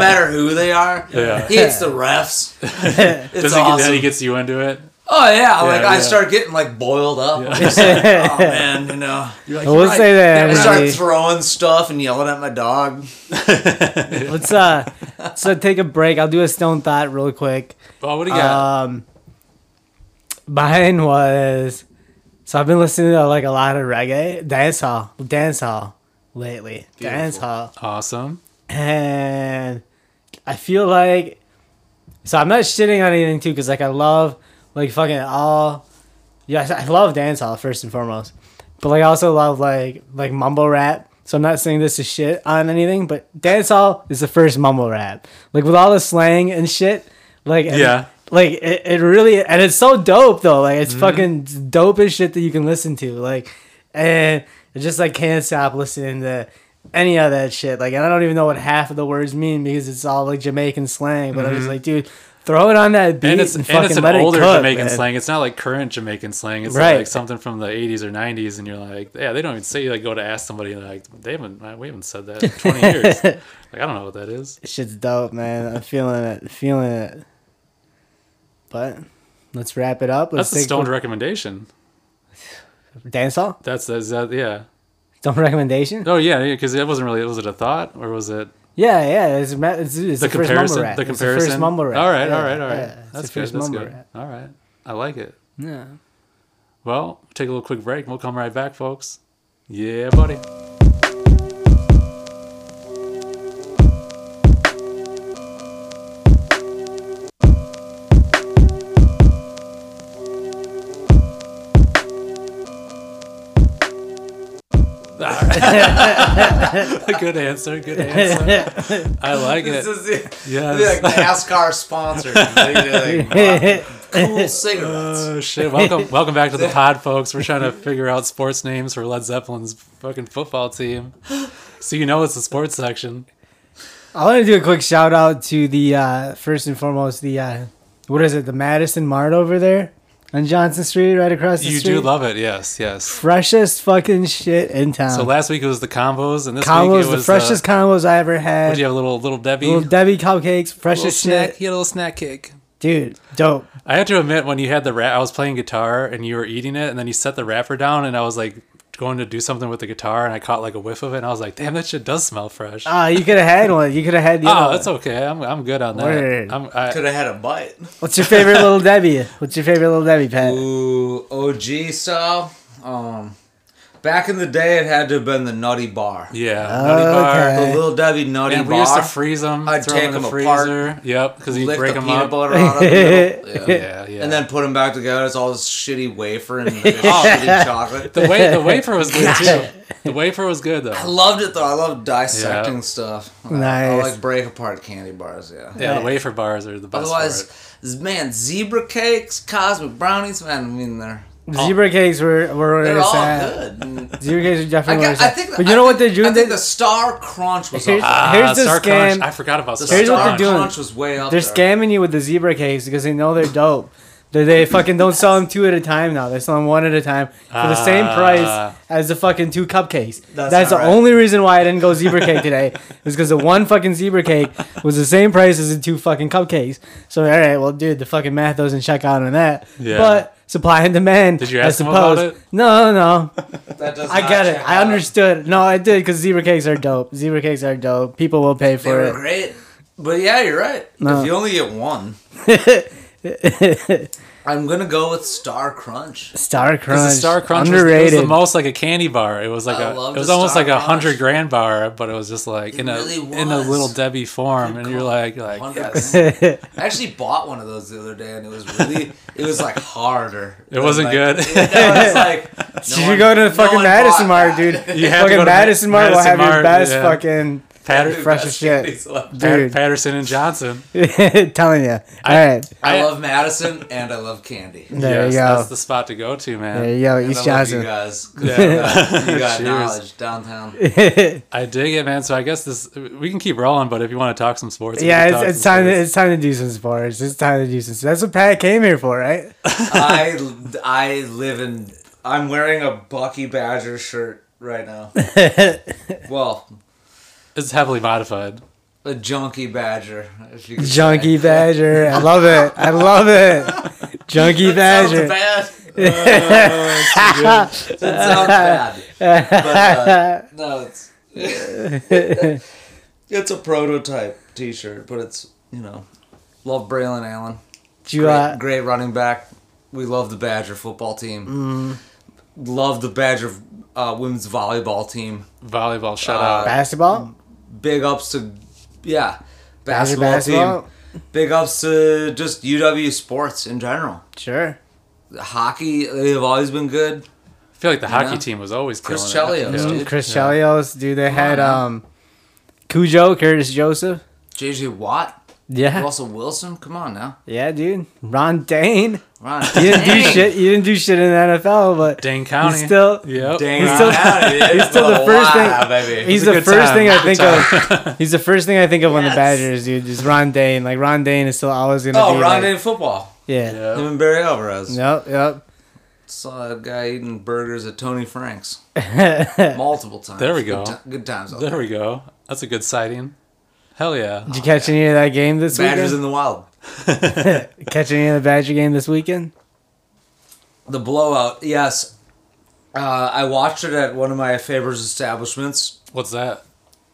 matter who they are.
Yeah.
He hates the refs. It's
[laughs] Does he,
awesome.
then he gets you into it? [laughs]
Oh yeah, like I
yeah.
start getting like boiled up.
Yeah.
I'm [laughs] just like,
[laughs]
oh man, you know.
You're like,
I will say that.
Then I start
Emily.
throwing stuff and yelling at my dog. [laughs]
Let's uh, let's uh, take a break. I'll do a stone thought real quick.
well, what do you
Uh,
got?
Um, mine was so I've been listening to like a lot of reggae, dance hall, dance hall lately, dance
Beautiful.
hall,
awesome.
and I feel like so I'm not shitting on anything too because like I love like fucking all yeah I love dance hall first and foremost, but like I also love like like mumble rap. So I'm not saying this is shit on anything, but dance hall is the first mumble rap. Like with all the slang and shit, like and-
Yeah. Mm-hmm.
like it, it really and it's so dope though like it's fucking dope as shit that you can listen to like and I just like can't stop listening to any of that shit like and i don't even know what half of the words mean because it's all like jamaican slang but i was like dude throw it on that beat
Mm-hmm. And
and,
it's and,
fucking
it's an
let
older
it cook,
Jamaican
man.
slang. It's not like current Jamaican slang. It's
Right.
like something from the 80s or 90s, and you're like, yeah, they don't even say like go to ask somebody and they're like they haven't we haven't said that in
[laughs]
20 years. Like I don't know what that is.
shit's dope man i'm feeling it feeling it but let's wrap it up let's
That's a stoned recommendation.
dance hall
That's that's that yeah.
stone recommendation
Oh yeah, because it wasn't really was it a thought or was it
Yeah, yeah, it's, ma- it's, it's the,
the
first
comparison?
mumble rap.
The
It's
comparison.
the first mumble rap.
All right,
Yeah,
all right, all right.
yeah, it's the
that's good.
first
That's
mumble
good.
rap.
All right, I like it.
Yeah.
Well, take a little quick break. and We'll come right back, folks. Yeah, buddy. Alright. [laughs] good answer. Good answer. I like
This
it.
is the,
Yes.
the
[laughs]
NASCAR sponsor. They, like, cool cigarettes.
Oh shit! Welcome, welcome back to the pod, folks. We're trying to figure out sports names for Led Zeppelin's fucking football team, so you know it's the sports section.
[laughs] I want to do a quick shout out to the uh, first and foremost the uh, what is it the Madison Mart over there on Johnson Street right across the
You
street.
do love it, yes, yes.
freshest fucking shit in town.
So last week it was the combos, and this
Uh, combos,
week it
the
was
freshest combos I ever
Uh,
had.
what do you have? A little little Debbie,
Little Debbie cupcakes,
little
freshest
snack.
shit,
He had a little snack cake.
dude. Dope.
I have to admit, when you had the wrap, I was playing guitar and you were eating it, and then you set the wrapper down, and I was like going to do something with the guitar, and I caught like a whiff of it, and I was like, damn, that shit does smell fresh.
Ah, you could have had one. You could have had
Ah,
the.
Oh,
other
that's
one.
okay. I'm, I'm good on that.
Word.
I'm, I,
Could have had a bite.
What's your favorite little Debbie? What's your favorite little Debbie, Pat?
Ooh, OG style. Um, back in the day, it had to have been the Nutty Bar.
Yeah, nutty bar.
okay.
The Little Debbie Nutty
And
Bar.
we used to freeze them.
I'd
throw 'em
take
in the
'em apart,
freezer. Yep, because you
lick
break
the
them
peanut
up.
butter out of
[laughs]
the middle. Yeah.
Yeah, yeah.
And then put them back together. It's all this shitty wafer
[laughs]
and like, oh, shitty chocolate.
the, wa- the wafer was
[laughs]
good too. The wafer was good
I
though.
loved it though. I love dissecting stuff. I- I,
Nice.
like break apart candy bars. Yeah.
Yeah, the wafer bars are the best.
Otherwise,
for
z- man, zebra cakes, cosmic brownies. Man, I mean they're
Zebra cakes were were where
they're
it's
all
at.
good. And
Zero Games are
I,
definitely
got,
worse.
I think.
but
I
you know what they're
think-
doing?
I think
They-
the Star Crunch was.
Here's-
up.
it.
Here's the
Ah, Star Crunch.
scam.
I forgot about
The
Star
here's what they're
Star
Crunch.
doing.
Crunch was way up
they're
Uh,
there.
scamming you with the zebra cakes because they know they're dope. They, they fucking don't sell them two at a time now. They sell them one at a time for the same
Ah.
price as the fucking two cupcakes.
That's
That's, the
not right.
only reason why I didn't go zebra
[laughs]
cake today is because the one fucking zebra cake was the same price as the two fucking cupcakes. So all right, well, dude, the fucking math doesn't check out on that.
Yeah.
But supply and demand.
Did you
I
ask them about
suppose.
it?
No, no.
That does
I
not
get it.
check
I
out.
understood. No, I did because zebra cakes are dope. Zebra cakes are dope. People will pay
They
for
were
it.
great. But yeah, you're right.
No.
If you only get one,
[laughs]
I'm gonna go with Star Crunch.
Star Crunch.
Because the Star Crunch was, it was
underrated.
the most like a candy bar. It was like
I
a,
love
it was
the
almost
Star
like a
Crunch.
hundred grand bar, but it was just like in a
really
in a
was.
little Debbie form, and you're
call.
like you're like
100
yes.
grand.
[laughs]
I actually bought one of those the other day, and it was really, it was like harder.
It wasn't
Like, [laughs]
good.
I was like, no
you
one-
should go to
no
the fucking
one
Madison
bought
Mart, [laughs] dude.
[laughs] that.
You have to
fucking
go to Ma-
Madison Mart will
Madison
have
Mart,
your best
yeah.
fucking
Patter-
fresh as shit.
These love-
Pat-
Dude.
Patterson and Johnson.
[laughs] telling you. All right.
I
I-
[laughs] love Madison and I love candy.
There
yes,
you go.
that's the spot to go to, man.
There you go.
And I
East
love
[laughs]
You
Johnson.
guys, 'cause you
Yeah.
got, you got
Cheers.
knowledge downtown.
I dig it, man. So I guess this we can keep rolling, but if you want to talk some sports, we
Yeah,
can talk
it's, it's
some
time. To,
sports.
it's time to do some sports. It's time to do some. That's what Pat came here for, right?
I I live in. I'm wearing a
[laughs]
Bucky Badger shirt right now. well,
It's heavily modified.
A junkie badger. If you could
[laughs]
say.
Junkie Badger. I love it. I love it. [laughs] Junkie Badger. [laughs]
Sounds bad. Oh, it sounds bad. But, uh, no, it's [laughs] it's a prototype T-shirt, but it's you know, love Braylon Allen.
Do you,
Great,
uh,
great running back. We love the Badger football team.
Mm-hmm.
Love the Badger uh, women's volleyball team.
Volleyball, shut
Uh,
out.
basketball?
Big ups to yeah,
Badger
basketball,
Mm, basketball?
team. Big ups to just UW sports in general.
Sure.
Hockey, they have always been good.
I feel like the hockey
know?
team was always killing
Chris
it.
Chelios, dude.
Chris Chelios, dude. They had
man.
um, Cujo, Curtis Joseph.
JJ Watt,
Yeah.
Russell Wilson. Come on now,
Yeah, dude. Ron
[laughs]
Dane.
Ron.
You didn't do shit. You didn't do shit in the NFL, but
Dane County.
He's still-
Yep.
Dang,
He's
he's
still-
still, he's
still the first thing-
Baby.
he's
It was a
the
good
first
time.
thing I
Good
think
[laughs]
of. [laughs] He's the first thing I think of when the
Yes.
Badgers, dude, is Ron Dane. Like Ron Dane is still always gonna
oh,
be.
Ron
like-
Day football.
Yeah.
Yep.
Him and Barry Alvarez.
Yep. Yep. [laughs]
Saw that guy eating burgers at Tony Frank's multiple times.
There we go.
Good, ti- good times. out
There
there.
we go. That's a good sighting. Hell yeah.
Did you catch any of that game this
Badgers
weekend?
in the wild.
[laughs] catch any of the Badger game this weekend?
The blowout. Yes, uh, I watched it at one of my favorite establishments,
What's that?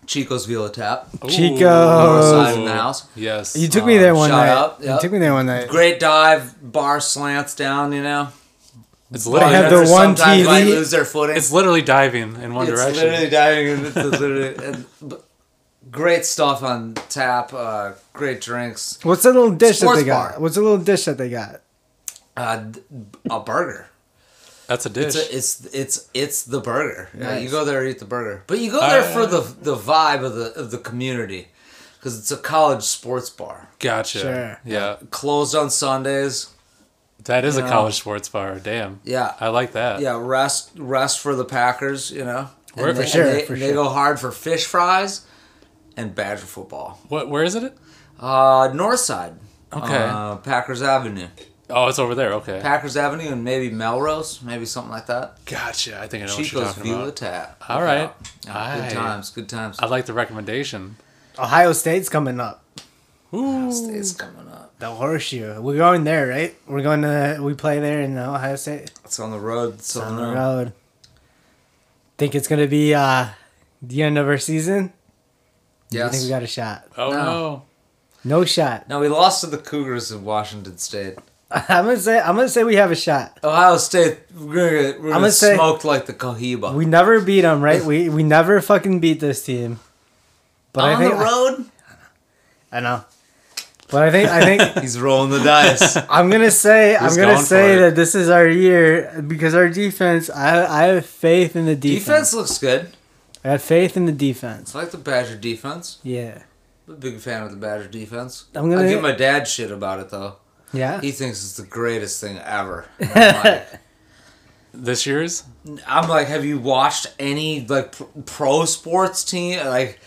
Chico's Vila Tap.
Ooh.
Chico's.
Northside in the house.
Yes.
You took me there one
shout
night.
out,
You
Uh, yep.
took me there one night.
Great dive, bar slants down. You know,
it's literally
have the
Remember
one
sometimes might
TV
lose their footing.
it's literally diving in one
it's
direction.
literally diving in it's literally and, but great stuff on tap uh great drinks
What's the little dish
Sports
that they got?
bar.
What's the little dish that they got?
uh d- a burger
That's a dish.
it's a, it's it's it's the burger Yeah,
Nice.
you go there eat the burger but you go there
Uh,
for the the vibe of the of the community because it's a college sports bar
gotcha.
Sure.
Yeah.
closed on sundays
That is a
know.
college sports bar. Damn.
Yeah.
I like that.
yeah rest rest for the packers you know and
Where-
they,
for
and
sure,
they,
for
and they
sure.
go hard for fish fries and badger football
What? Where is it?
uh north side
Okay.
uh, packers avenue
Oh, it's over there. Okay.
Packers Avenue and maybe Melrose, maybe something like that.
Gotcha. I think I know what you're
Chico's
talking
Vila
about.
Tap.
All right.
Yeah,
I-
Good times, good times.
I like the recommendation.
Ohio State's coming up.
Ooh.
It's coming up.
The horseshoe. We're going there, right? We're going to we play there in Ohio State
It's on the road. It's
on
on
the
the road.
road. Think it's gonna be uh the end of our season? I think
Yes.
we got a shot.
Oh
No.
no.
No shot. [laughs]
No, we lost to the Cougars in Washington State.
I'm gonna say I'm gonna say we have a shot.
Ohio State, we're gonna, we're
I'm
gonna,
gonna say-
smoked like the Cohiba.
We never beat them, right? We we never fucking beat this team. But
on
I think
the road,
[laughs] I know. But I think I think
[laughs] he's rolling the dice.
I'm gonna say I'm
He's
gonna
going
say
for it.
that this is our year because our defense. I I have faith in the defense.
[laughs] defense looks good.
I have faith in the defense.
It's like the Badger defense.
Yeah.
I'm a big fan of the Badger defense.
I'm gonna-
I give my dad shit about it though.
Yeah.
He thinks it's the greatest thing ever.
[laughs]
And I'm like,
This year's.
I'm like, have you watched any like pr- pro sports team? Like,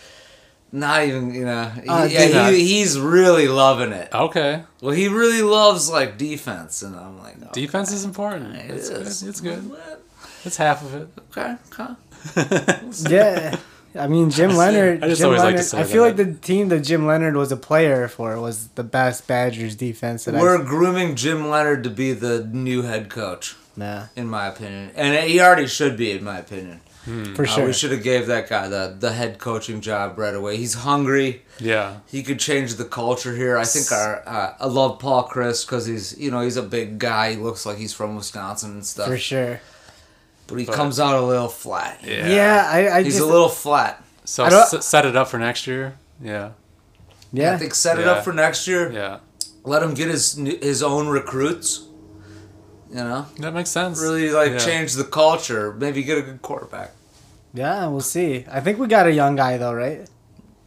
not even you know. He,
Uh,
yeah,
dude.
he, he's really loving it.
Okay.
Well, he really loves like defense, and I'm like, okay.
Defense is important.
It
It's
is.
good. It's good.
What?
It's half of it.
Okay, okay.
[laughs]
Yeah. I mean, Jim Leonard.
I just
Jim
always like to
Leonard,
say
I feel like
that.
the team that Jim Leonard was a player for was the best Badgers defense that
We're
I.
grooming Jim Leonard to be the new head coach,
Nah,
in my opinion, and he already should be, in my opinion.
Mm,
for
Uh,
sure.
we should have gave that guy the the head coaching job right away. He's hungry.
Yeah.
he could change the culture here. I think our uh, I love Paul Chris because he's you know he's a big guy. He looks like he's from Wisconsin and stuff.
for sure.
But he comes out a little flat.
Yeah.
Yeah, I. I
he's
just,
a little flat.
So
I don't-
s- set it up for next year. Yeah.
Yeah.
I think set it
Yeah.
up for next year.
Yeah.
Let him get his new- his own recruits. You know,
That makes sense.
really like
Yeah.
change the culture. Maybe get a good quarterback.
yeah, we'll see. I think we got a young guy though, right?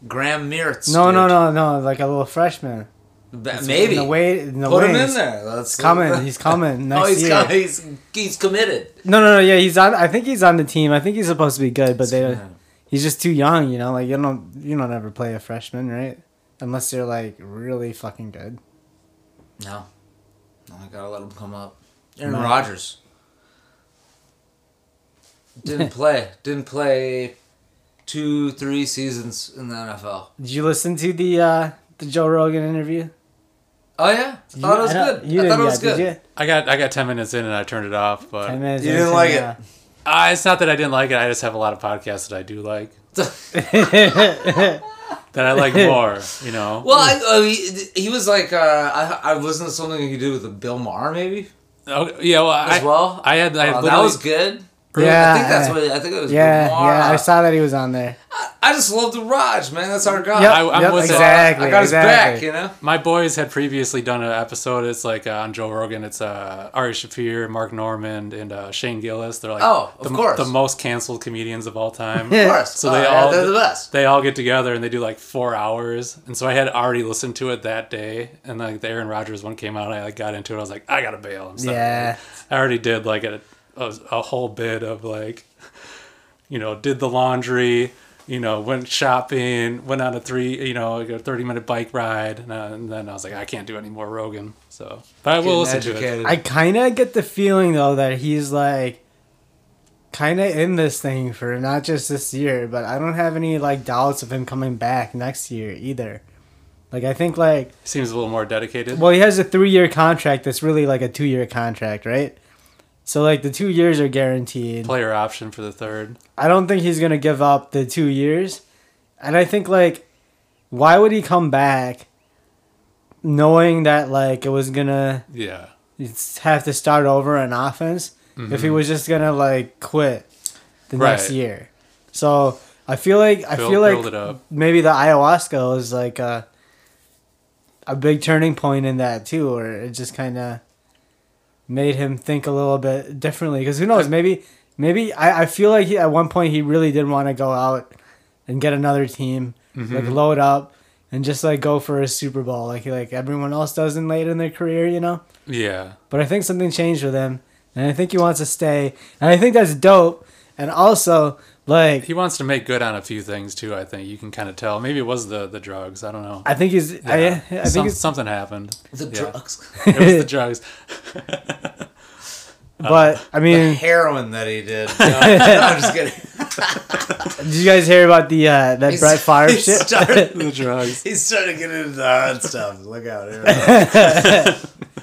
Graham Mertz.
No,
dude.
no, no, no. Like a little freshman.
Ba- Uh, Maybe
In the way, in the
put him
wings.
in there. That's [laughs]
Coming. He's coming next
oh, he's
year.
coming. He's he's committed.
No, no, no. Yeah, he's on. I think he's on the team. I think he's supposed to be good, but they, he's just too young. You know, like you don't, you don't ever play a freshman, right? Unless you're like really fucking good.
No. No, I gotta let him come up. Aaron
No. [laughs]
Rodgers. Didn't play. Didn't play two, three seasons in the NFL.
Did you listen to the uh, the Joe Rogan interview?
Oh yeah, I thought it was
don't-
good.
You
I
didn't
thought it was
yet,
good.
Did you?
I got I got ten minutes in and I turned it off. But
Ten minutes
You
in,
didn't
so
like it.
yeah.
Uh, it's not that I didn't like it. I just have a lot of podcasts that I do like that I like more. You know.
[laughs] well,
[laughs]
I, uh, he, he was like, uh, I, I listened to something he did with Bill Maher maybe
Okay, Oh, yeah. Well,
as
I,
well.
I had I
Uh,
had
that
literally-
was good.
Yeah,
I think that's
I-
what I think it
[laughs]
was.
Yeah,
Bill Maher.
yeah, I saw that he was on there.
I just love the Raj, man. That's our guy.
Yep,
I- uh, I'm
yep,
with it.
exactly.
I got his back,
exactly.
you know.
my boys had previously done an episode. It's like uh, on Joe Rogan. It's uh, Ari Shafir, Mark Norman, and uh, Shane Gillis. They're like
Oh, of
the,
course.
the most canceled comedians of all
[laughs]
time.
[laughs]
Of course.
So they
Uh,
all
they're the best.
They all get together and they do like four hours. And so I had already listened to it that day, and like the Aaron Rodgers one came out. I like got into it. I was like, I gotta bail. I'm sorry.
Yeah.
I already did like a, a a whole bit of like, you know, did the laundry. You know, went shopping, went on a three, you know, like a thirty-minute bike ride, and, uh, and then I was like, I can't do any more Rogan. So, but I will listen to it.
Educated.
I kind of get the feeling though that he's like kind of in this thing for not just this year, but I don't have any like doubts of him coming back next year either. Like I think like
Seems a little more dedicated.
well he has a 3-year contract that's really like a 2-year contract, right? So like the 2 years are guaranteed.
Player option for the third.
I don't think he's gonna give up the two years, and I think like, why would he come back, knowing that like it was gonna
Yeah.
it's- have to start over on offense if he was just gonna like quit the next
Mm-hmm. Right.
year? So I feel like I
Build-
feel
build it
like
up.
maybe the ayahuasca is like a a big turning point in that too, or it just kind of made him think a little bit differently. Because who knows? Maybe, maybe I, I feel like he, at one point he really did want to go out and get another team,
Mm-hmm.
like load up and just like go for a Super Bowl, like like everyone else does in late in their career, you know.
Yeah.
But I think something changed with him, and I think he wants to stay, and I think that's dope. And also, like,
He wants to make good on a few things too. I think you can kind of tell. Maybe it was the the drugs. I don't know.
I think he's, I, I think
Some-
he's,
something happened.
the
Yeah.
drugs,
It was the drugs.
but I
[laughs] uh, the
mean,
heroin that
[laughs]
he did. No, I'm just kidding.
did you guys hear about the uh, that Brett Favre
he
shit?
Started,
[laughs]
the drugs.
he's starting to get into the hard stuff. Look out! Here. The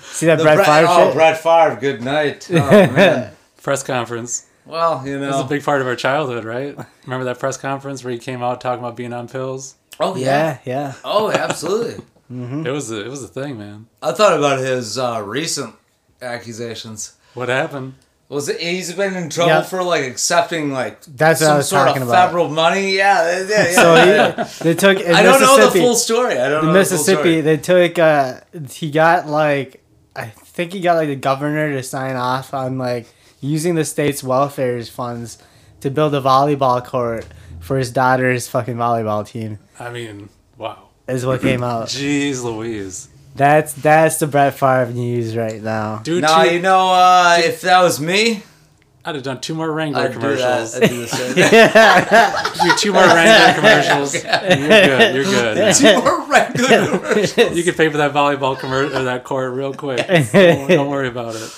See that Brett Favre [laughs]
oh,
shit?
Brett Favre. Good night.
[laughs]
Oh, man.
[laughs] Press conference.
well, you
That was
know.
a big part of our childhood, right? Remember that press conference where he came out talking about being on pills?
oh yeah.
Yeah, yeah.
Oh, absolutely.
It was a, it was a thing, man.
I thought about his uh, recent accusations.
What happened?
Was it, he's been in trouble
Yeah.
for like accepting like
That's what I
some
was
sort
talking
of
about.
federal money? Yeah, yeah, yeah.
So
yeah,
he,
yeah.
they took in
I don't know the
Mississippi,
full story. I don't
in
know
Mississippi.
The
they took uh, he got like I think he got like the governor to sign off on like using the state's welfare funds to build a volleyball court for his daughter's fucking volleyball team.
I mean, wow.
Is what
[clears throat]
came out.
Jeez Louise.
That's that's the Brett Favre news right
[laughs]
now.
Dude,
full story. Now
two-
you know uh, if that was me,
I'd have done two more Wrangler
I'd do that.
commercials. [laughs]
I'd do the [laughs] same.
do two more
[laughs]
Wrangler commercials. You're good. You're good. Yeah.
Two more regular [laughs] commercials.
You could pay for that volleyball commercial or that court real quick. Don't, don't worry about it.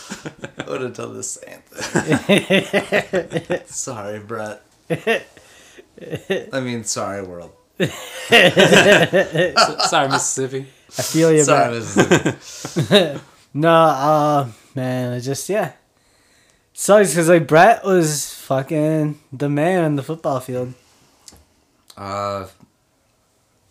I would have done the same thing. [laughs] sorry, [laughs] Brett. I mean, sorry, world.
S- Sorry, Mississippi.
I feel you,
Sorry,
Brett.
Mississippi.
No, uh, man, it just yeah, sucks because like Brett was fucking the man on the football field,
Uh,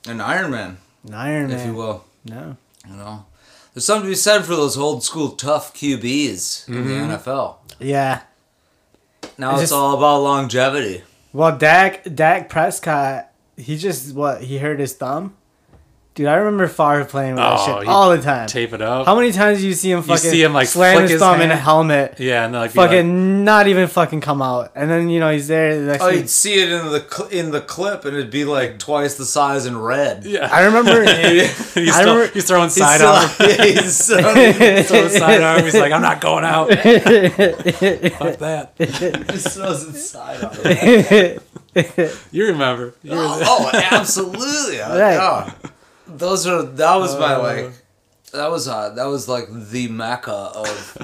an Iron Man,
an Iron Man.
if you will.
No.
You know, there's something to be said for those old school tough QBs in the NFL.
Yeah.
Now
It's
Mm-hmm. it's,
just-
all about longevity.
Well, Dak Dak Prescott, he just what he hurt his thumb. Dude, I remember Favre playing with
Oh,
that shit
he
all the time.
Tape it up.
How many times do you see him fucking
see him, like,
slam
flick
his,
his
thumb in a
hand?
helmet,
yeah, and then like be
fucking
like,
not even fucking come out, and then you know he's there the next
Oh,
week.
you'd see it in the cl- in the clip, and it'd be like twice the size in red.
yeah.
I
[laughs]
remember.
he's,
I
still-
remember- [laughs]
he's throwing
He's
side
still-
[laughs] arm.
yeah, he's so-
He's throwing side arm. He's like, I'm not going
[laughs]
out. Fuck that.
he just throws it sidearm.
You remember. You remember.
Oh, oh, absolutely. I-
Right.
oh. Those are that was my like that was uh that was like the mecca of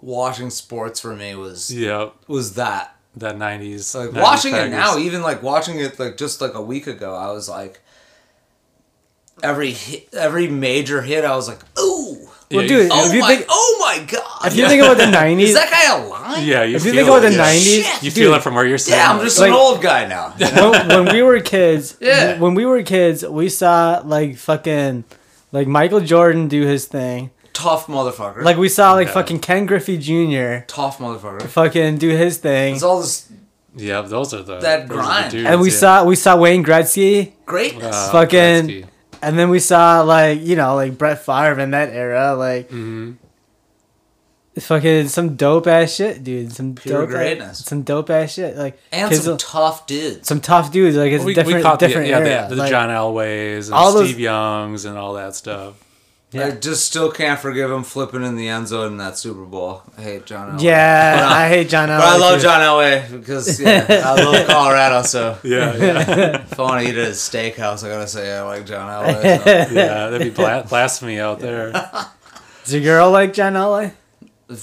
watching sports for me was
Yep.
was that.
the 90s.
Like
90s
watching it
Tigers.
now, even like watching it like just like a week ago, I was like, every hit, every major hit, I was like, ooh,
Yeah,
well,
you-
dude,
oh
if you
my,
think
oh my god,
if you think about the
is
[laughs]
'90s,
that guy alive?
Yeah, you
if you
feel
think about
it.
the
Yeah.
'90s,
You
dude,
feel it from where you're sitting.
yeah, I'm just
Like-
an old guy now.
[laughs] when, when we
[laughs]
were kids,
Yeah.
when we were kids, we saw like fucking like Michael Jordan do his thing.
Tough motherfucker.
Like we saw like
Yeah.
fucking Ken Griffey Jr.
tough motherfucker.
fucking do his thing.
It's all this
Yeah, those are the
That
those are the
grind.
dudes,
And we
yeah.
saw we saw Wayne Gretzky
greatness.
Uh,
fucking-
Gretzky.
and then we saw like, you know, like Brett Favre in that era, like
Mm-hmm.
fucking some dope ass shit, dude. Some
Pure
dope
greatness.
Ass, some dope ass shit. Like
and
kids
some
will-
tough dudes.
some tough dudes, like it's
we,
different
we caught
different
the, yeah,
era.
the, the
like,
John Elways and
All those-
Steve Youngs and all that
[laughs]
stuff.
I just still can't forgive him flipping in the end zone in that Super Bowl. I hate John Elway.
yeah, [laughs] I hate John
But I
Elway, [laughs]
love
too.
John Elway because yeah, I love Colorado. So
Yeah, yeah,
[laughs]
if I want to eat at a steakhouse, I gotta say I like John
[laughs]
Elway. so.
yeah. That'd be bla- blasphemy out there.
Does your girl like John Elway?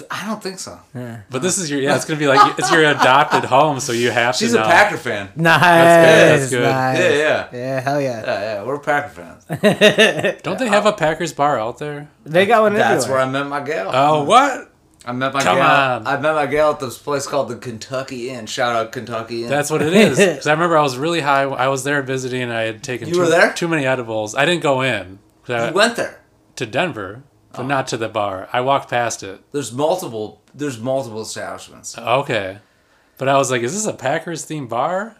I don't think so.
But this is your yeah. It's gonna be like it's your adopted home, so you have
She's
to.
a
know.
Packer fan.
Nice.
That's good,
Nice.
that's
Yeah, yeah, yeah,
Yeah, hell yeah. [laughs]
yeah. We're Packer fans.
Don't they have a Packers bar out there?
They got one
That's where
everywhere.
I met my gal.
Oh, what?
I met my
Come
gal.
on.
I met my gal at this place called the Kentucky Inn. Shout out Kentucky Inn.
That's what it
[laughs]
is. Because I remember I was really high. I was there visiting. and I had taken
You
too,
were there?
too many edibles. I didn't go in 'cause I-
you went Oh. there.
to Denver, but not to the bar. I walked past it.
There's multiple. There's multiple establishments.
Oh, Okay, but I was like, is this a Packers themed bar?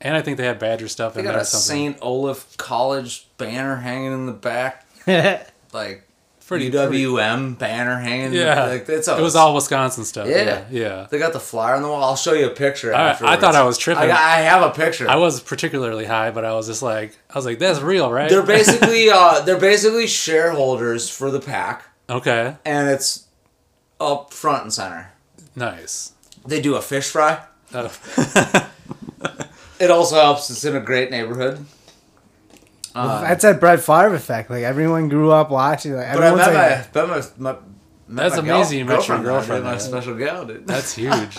And I think they had Badger stuff
They
in
got
there.
a
or something.
St. Olaf College banner hanging in the back,
[laughs]
like
Pretty-
UWM banner hanging.
Yeah,
like that's
it was all Wisconsin stuff.
Yeah.
Yeah, yeah.
They got the flyer on the wall. I'll show you a picture.
I- I
afterwards.
thought I was tripping.
I, got- I have a picture.
I was particularly high, but I was just like, I was like, that's real, right?
they're basically [laughs] uh, they're basically shareholders for the pack,
[laughs] okay,
and it's up front and center.
nice.
They do a fish fry.
Oh.
It also helps. It's in a great neighborhood.
That's that Brett Favre effect. Like everyone grew up watching. Like
But I
everyone's like,
met my, met my, my met
That's
my gal-
amazing you met your
there, dude,
girlfriend
my
there.
special gal, dude.
That's huge.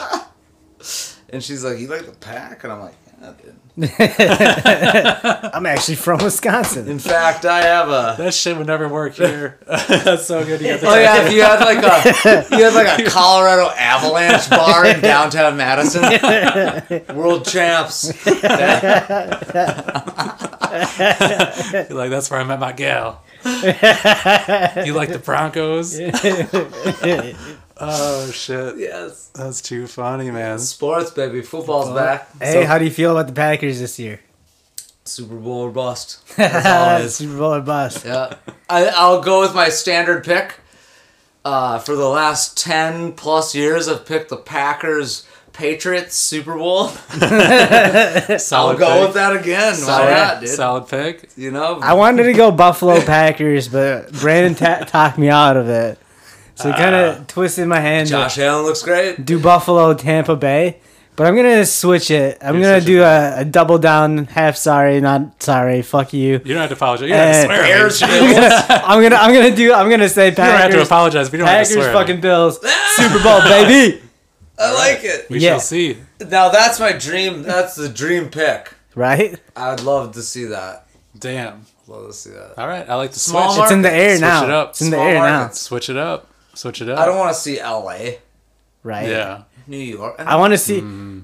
And she's like, "You like the pack?" And I'm like, "Yeah, dude."
I'm actually from Wisconsin.
In [laughs] fact, I have
[laughs]
a.
that shit would never work here. that's so good. You [laughs] got the
Oh yeah, if you had like a you had like a Colorado Avalanche bar in downtown Madison, world champs.
You're like that's where I met my gal. you like the Broncos? oh shit,
Yes,
that's too funny, man.
sports baby, football's back.
[laughs] hey, how do you feel about the Packers this year?
Super Bowl or bust. That's all
[laughs]
it is.
Super Bowl or bust?
Yeah, I, I'll go with my standard pick. Uh, for the last ten plus years, I've picked the Packers. Patriots Super Bowl. [laughs] I'll
Solid
go
pick.
with that again. Why
Solid,
not, dude?
solid pick.
You know,
I wanted to go Buffalo Packers, but Brandon ta- talked me out of it. So it kind of twisted my hand. to
Josh Allen looks great.
Do Buffalo Tampa Bay, but I'm gonna switch it. I'm
You're
gonna
switching
do a, a double down. Half sorry, not sorry. Fuck you.
You don't have to apologize. You don't have to
Uh,
swear. at me.
[laughs]
Bears,
I'm gonna, I'm gonna, I'm gonna do. I'm gonna say
You don't have to
Packers.
apologize. We don't have to
Packers,
swear. at me.
fucking
[laughs]
Bills, Super Bowl, baby.
I like it.
We
Yeah.
shall see.
Now that's my dream. That's the dream pick.
Right?
I would love to see that.
Damn.
Love to see that.
All right. I like to switch.
Small
It's in the air
Switch
now.
it up.
It's in the
Small
air
markets.
Switch it up. Switch it up.
I don't want to see L.A.,
now. Right.
Yeah. Mm-hmm.
New York. I,
I want to see,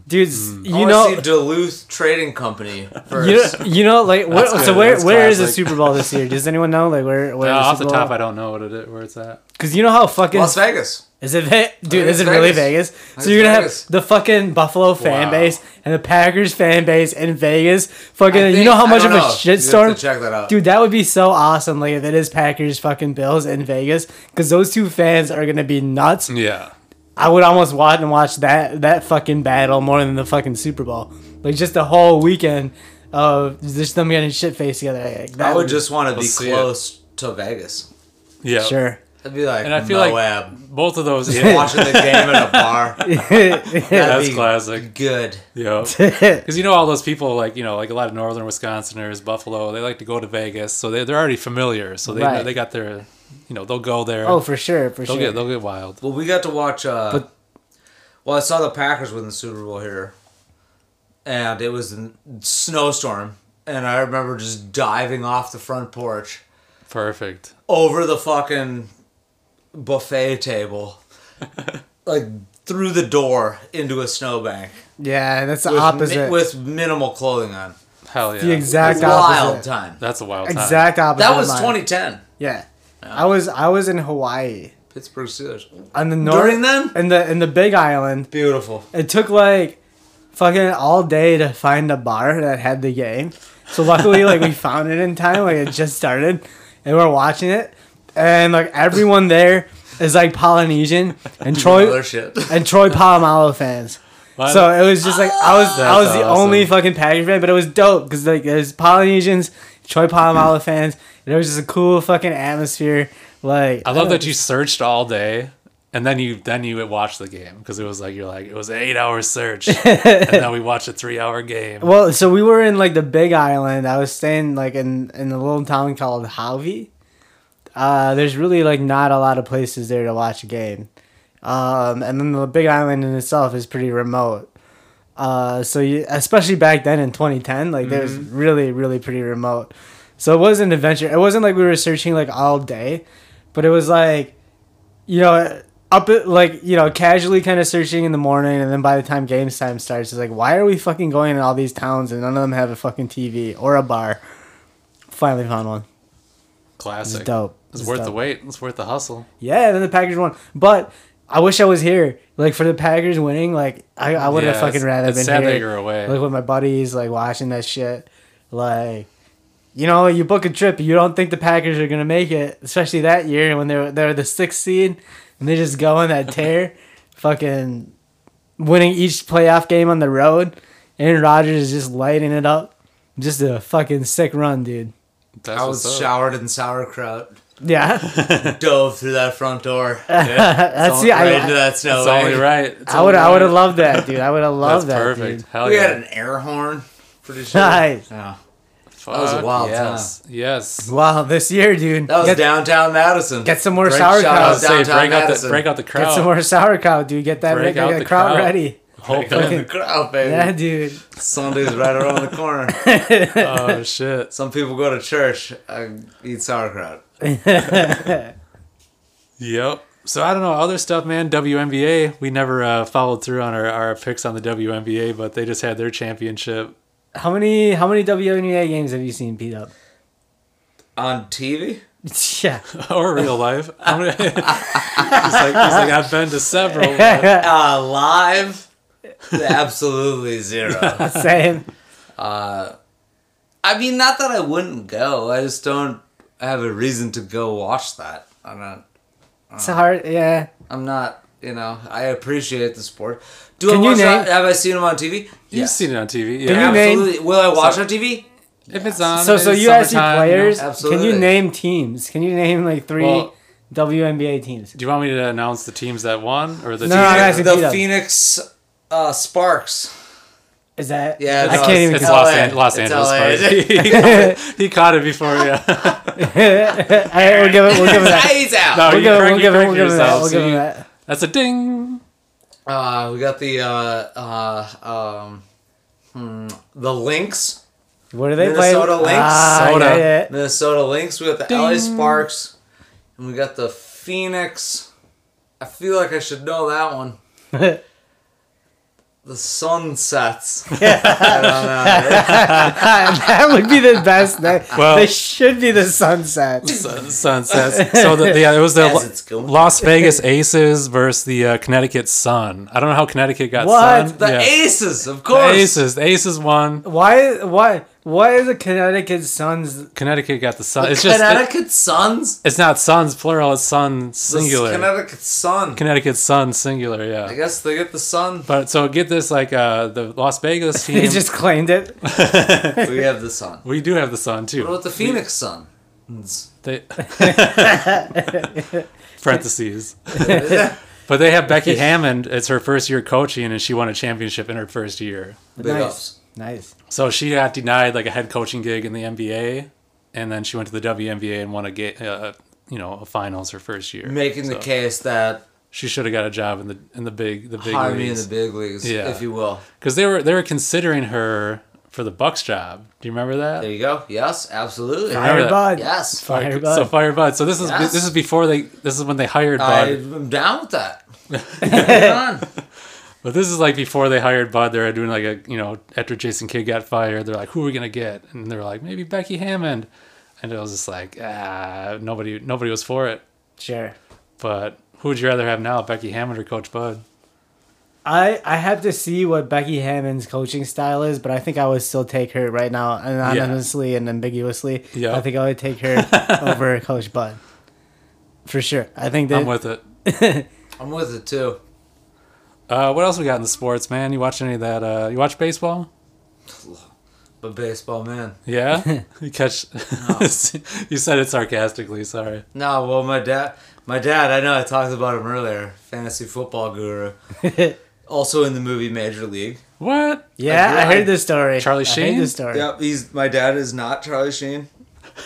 dudes. You
want to
know,
see Duluth Trading
[laughs]
Company
you know,
first.
you know, like
That's
what, so.
good.
Where
That's
where is the
classic.
Super Bowl this year? Does anyone know? Like where where
Uh,
is the
off
Super
the top, I don't know what it is, where it's at.
Because you know how fucking
Las Vegas.
is it, Ve- dude?
think
Is it
it's
really
Vegas.
Vegas?
think
So you're gonna
it's Vegas.
have the fucking Buffalo fan
Wow.
base and the Packers fan base in Vegas. Fucking,
I
you
think-
know how
I
much of
don't
a
know. You'd have to
shitstorm
Check that out,
Dude, that would be so awesome. Like if it is Packers fucking Bills in Vegas, because those two fans are gonna be nuts.
Yeah.
I would almost watch and watch that that fucking battle more than the fucking Super Bowl. Like just the whole weekend of just them getting shit faced together. Like, that
I would just want to be
Let's see it.
close to Vegas.
Yeah.
sure.
I'd be like
And I feel like-
Moab,
[laughs] Both of those.
like
Yeah.
watching the game at
[laughs]
a bar. [laughs]
yeah,
That's
be
classic.
Good.
Yeah. Because you know all those people, like you know, like a lot of northern Wisconsiners, Buffalo, they like to go to Vegas, so they they're already familiar, so they
Right.
they got their, you know, they'll go there.
oh, for sure, for
they'll
sure.
get they'll get wild.
Well, we got to watch. Uh, well, I saw the Packers win the Super Bowl here and it was a snowstorm. And I remember just diving off the front porch
Perfect.
over the fucking buffet
[laughs]
table, like through the door into a snowbank.
Yeah, that's the
With mi-
opposite.
with minimal clothing on.
Hell yeah.
the exact opposite.
Wild time.
That's a wild time.
Exact opposite.
That
of
was
mine.
2010.
Yeah, I was I was in Hawaii
Pittsburgh Steelers.
on the north
During then?
in the in the Big Island.
Beautiful.
It took like fucking all day to find a bar that had the game. So luckily, like we found it in time. Like it just started, and we're watching it, and like everyone there is like Polynesian and Troy
Other
[laughs]
shit.
and Troy Polamalu fans.
Mine-
So it was just like I was I was
That's
the
awesome.
only fucking Packers fan, but it was dope because like there's Polynesians, Troy Polamalu fans, and it was just a cool fucking atmosphere. Like
I love that you searched all day, and then you then you would watch the game because it was like you're like it was an eight hour search,
[laughs]
and then we watched a three hour game.
Well, so we were in like the Big Island. I was staying like in in a little town called Hawi. Uh, there's really like not a lot of places there to watch a game, um, and then the Big Island in itself is pretty remote. Uh, so you, especially back then in 2010, like there was really really pretty remote. So it was an adventure. It wasn't like we were searching like all day, but it was like, you know, up at, like you know, casually kind of searching in the morning, and then by the time games time starts, it's like, why are we fucking going in all these towns and none of them have a fucking TV or a bar? Finally found one.
Classic.
It's dope.
It's,
It's
worth the
dope.
wait. It's worth the hustle.
Yeah, and then the Packers won. But I wish I was here, like for the Packers winning. Like I, I would have
Yeah,
fucking
it's-
rather
it's
been
sad
here.
that you're away.
Like with my buddies, like watching that shit. Like, you know, you book a trip, you don't think the Packers are gonna make it, especially that year when they're they're the sixth seed and they just go
[laughs]
on that tear, fucking winning each playoff game on the road. Aaron Rodgers is just lighting it up. Just a fucking sick run, dude.
That's
I was
what's up.
showered
[laughs]
in sauerkraut.
Yeah,
Dove through that front door.
[laughs] that's the
right into
I.
that snow.
It's only
bank.
right. It's
I would
only
I would have
right. [laughs]
loved that, dude. I would have
That's
loved that.
perfect.
dude.
Hell
We
yeah.
had an air horn. Pretty sure.
Oh, Nice.
Yeah.
Fuck,
was a wild
yes. time. Yes.
Wow, this year, dude.
That was
get,
downtown Madison.
get some more
Great
sauerkraut.
shout
I
out
was say,
downtown
break out the
Madison.
break out the crowd.
get some more sauerkraut, dude. Get that,
Break
make,
out
that
the
crowd
crowd.
ready.
Whole
Break out the [laughs]
thing.
crowd, baby.
Yeah, dude.
Sunday's right around the corner.
[laughs]
oh shit.
Some people go to church. I eat sauerkraut.
[laughs]
Yep. So I don't know other stuff, man. WNBA. We never uh, followed through on our, our picks on the WNBA, but they just had their championship. [laughs]
How many how many WNBA games have you seen beat up?
On TV?
[laughs] yeah.
or real life. [laughs] I'm gonna- it's, like, it's like I've been to
[laughs]
several. but-
Uh, live? Absolutely zero.
[laughs] Same.
I mean, not that I wouldn't go. I just don't have a reason to go watch that. I'm not.
It's hard. Yeah.
I'm not. You know, I appreciate the sport. Do
Can
I
you
watch
name-
that? Have I seen them on TV?
You've
Yes.
seen it on TV.
Can
Yeah.
you name-
Absolutely. Will I watch on TV?
if it's on.
So so
it's
you asked
summertime, you know.
players. Can
Absolutely.
you name teams? Can you name like three
Well-
WNBA teams?
Do you want me to announce the teams that won or the teams
No, no,
that-
no,
the
beat up.
Phoenix uh,
[laughs]
Sparks.
Is that
Yeah,
I
no,
can't even.
It's
count.
[laughs]
Los,
LA.
An- Los
It's
Angeles.
LA.
Party. [laughs] he, caught it, he caught it before. Yeah. [laughs]
I, we'll give it. We'll give it that.
Eyes out.
No,
We'll
you
give it.
correct-
We'll
you
give it.
correct
We'll give it that.
yourself,
We'll
so
give it
you-
that.
That's a ding.
Uh, we got the uh, uh, um, hmm, the Lynx,
What do they play?
Minnesota Lynx.
Ah,
Soda.
yeah, yeah. [laughs]
Minnesota Lynx. We got the LA Sparks, and we got the Phoenix. I feel like I should know that one.
[laughs]
The Sunsets. [laughs] I don't know.
that would be the best. That,
Well-
they should be the sunset.
[laughs] Sun, sunsets. So the, yeah, it was the
As it's going.
Las Vegas Aces versus the uh, Connecticut Sun. I don't know how Connecticut got
What?
Sun.
The
yeah.
Aces, of
The
course.
Aces. The Aces won.
Why? Why? Why is the Connecticut Suns?
Connecticut got the Sun. it's just it-
Connecticut Suns.
It's not sons plural. It's son
The
singular.
Connecticut Sun.
Connecticut Sun singular.
I
Yeah.
guess they get
[laughs]
the sun.
But so get this, like uh, the Las
[laughs]
Vegas
They
team.
just claimed it.
we have the sun.
we do have the sun
What
too.
about the Phoenix Suns? [laughs]
They, [laughs]
[laughs]
parentheses. but they have Becky Hammond. It's her first year coaching, and she won a championship in her first year.
Big
nice.
ups.
Nice.
So she got denied like a head coaching gig in the NBA, and then she went to the WNBA and won a ga- uh, you know a finals her first year.
Making the
So-
case that
she should have got a job in the in the big the big
Hire me in the
leagues
big leagues,
Yeah.
if you will.
because they were they were considering her for the Bucks job. Do you remember that?
There you go. Yes, absolutely.
Fire
Fire
that.
Bud.
Yes.
Fire
Like,
Bud.
So Fire Bud. So this is
Yes.
this is before they this is when they hired Bud.
I'm down
[laughs]
with that. Right on.
But this is like before they hired Bud. They're doing like a you know after Jason Kidd got fired, they're like, who are we gonna get? And they're like, maybe Becky Hammond. And it was just like, ah, nobody nobody was for it.
Sure.
But who would you rather have now, Becky Hammond or Coach Bud?
I, I have to see what Becky Hammond's coaching style is, but I think I would still take her right now, anonymously and ambiguously.
Yeah.
I think I would
[laughs]
take her over Coach Bud. For sure. I
Eh.
think that
I'm with it.
I'm with it too.
Uh, what else we got in the sports, man? You watch any of that? Uh, you watch baseball?
But baseball, man. [laughs]
Yeah, you catch. [laughs] you said it sarcastically. Sorry.
No, well, my dad, my dad, I know I talked about him earlier, fantasy football guru, also in the movie Major League.
What?
Yeah, I,
I-
heard this story.
Charlie
I
Sheen?
heard this story.
Yep, he's my dad is not Charlie Sheen.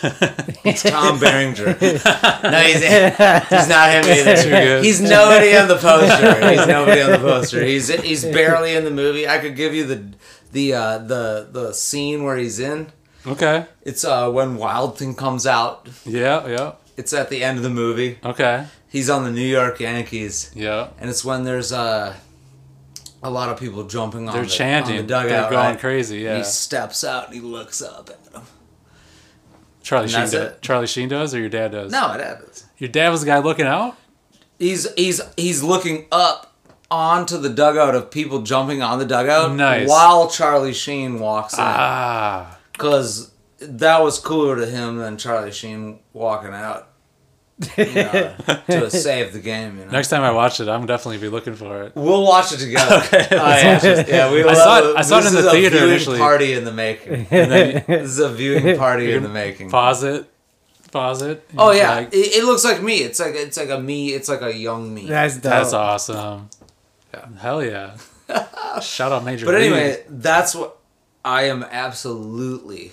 It's [laughs] Tom Berenger. no, he's, he's not him
Too good.
He's nobody on the
[laughs]
poster. He's nobody on the poster. He's he's barely in the movie. I could give you the the uh, the the scene where he's in.
okay.
It's uh, when Wild Thing comes out.
Yeah. Yeah.
It's at the end of the movie.
Okay.
He's on the New York Yankees.
Yeah.
and it's when there's uh, a lot of people jumping on,
They're
the,
chanting.
on the dugout.
They're going
right?
crazy.
And
Yeah.
He steps out and he looks up at him.
Charlie
And
Sheen.
that's
Does,
it.
Charlie Sheen does, or your dad does?
No, it happens.
Your dad was the guy looking out.
He's he's he's looking up onto the dugout of people jumping on the dugout
Nice.
while Charlie Sheen walks in
Ah.
because that was cooler to him than Charlie Sheen walking out. you know,
[laughs]
to save the game, you know.
Next time I watch it, I'm definitely be looking for it.
We'll watch it
[laughs]
together. Oh, yeah. yeah, we love
saw it- I saw it
this
in
is
the
a
theater
viewing
initially.
Party in the making.
[laughs] And then you
[laughs] This is a viewing party in the
[laughs]
making.
pause it. Pause it. and
Oh
you're
yeah,
like,
it, it looks like me. It's like it's like a me. It's like a young me.
[laughs] That's dope.
That's awesome. Hell
[laughs]
yeah. Shout out Major
but
League.
anyway, that's what I am absolutely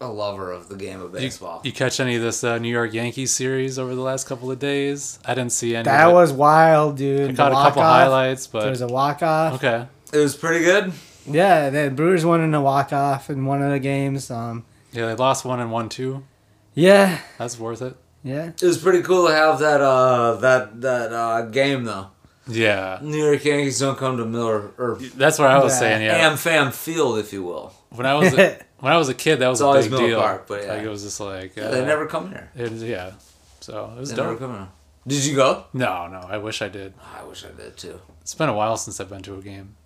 a lover of the game of baseball.
You catch any of this uh, New York Yankees series over the last couple of days? I didn't see any.
That
of it.
was wild, dude.
I
The
caught a couple
walk-off.
highlights,
There was
but
a walk off.
okay.
it was pretty good.
Yeah, the Brewers won in a walk off in one of the games. Um,
Yeah, they lost one and one two.
yeah,
That's worth it.
yeah.
It was pretty cool to have that uh that that uh game though.
Yeah,
New York Yankees don't come to Miller or
that's what I was
Yeah.
saying. Yeah,
Am Fam Field, if you will.
when I was a,
[laughs]
when I was a kid, that was
It's
a
always
big
Miller
deal.
Park, but yeah.
Like it was just like uh,
they never come here.
it was- yeah, so it was
They never
dope.
come here. Did you go?
No, no, I wish I did.
I wish I did too.
It's been a while since I've been to a game.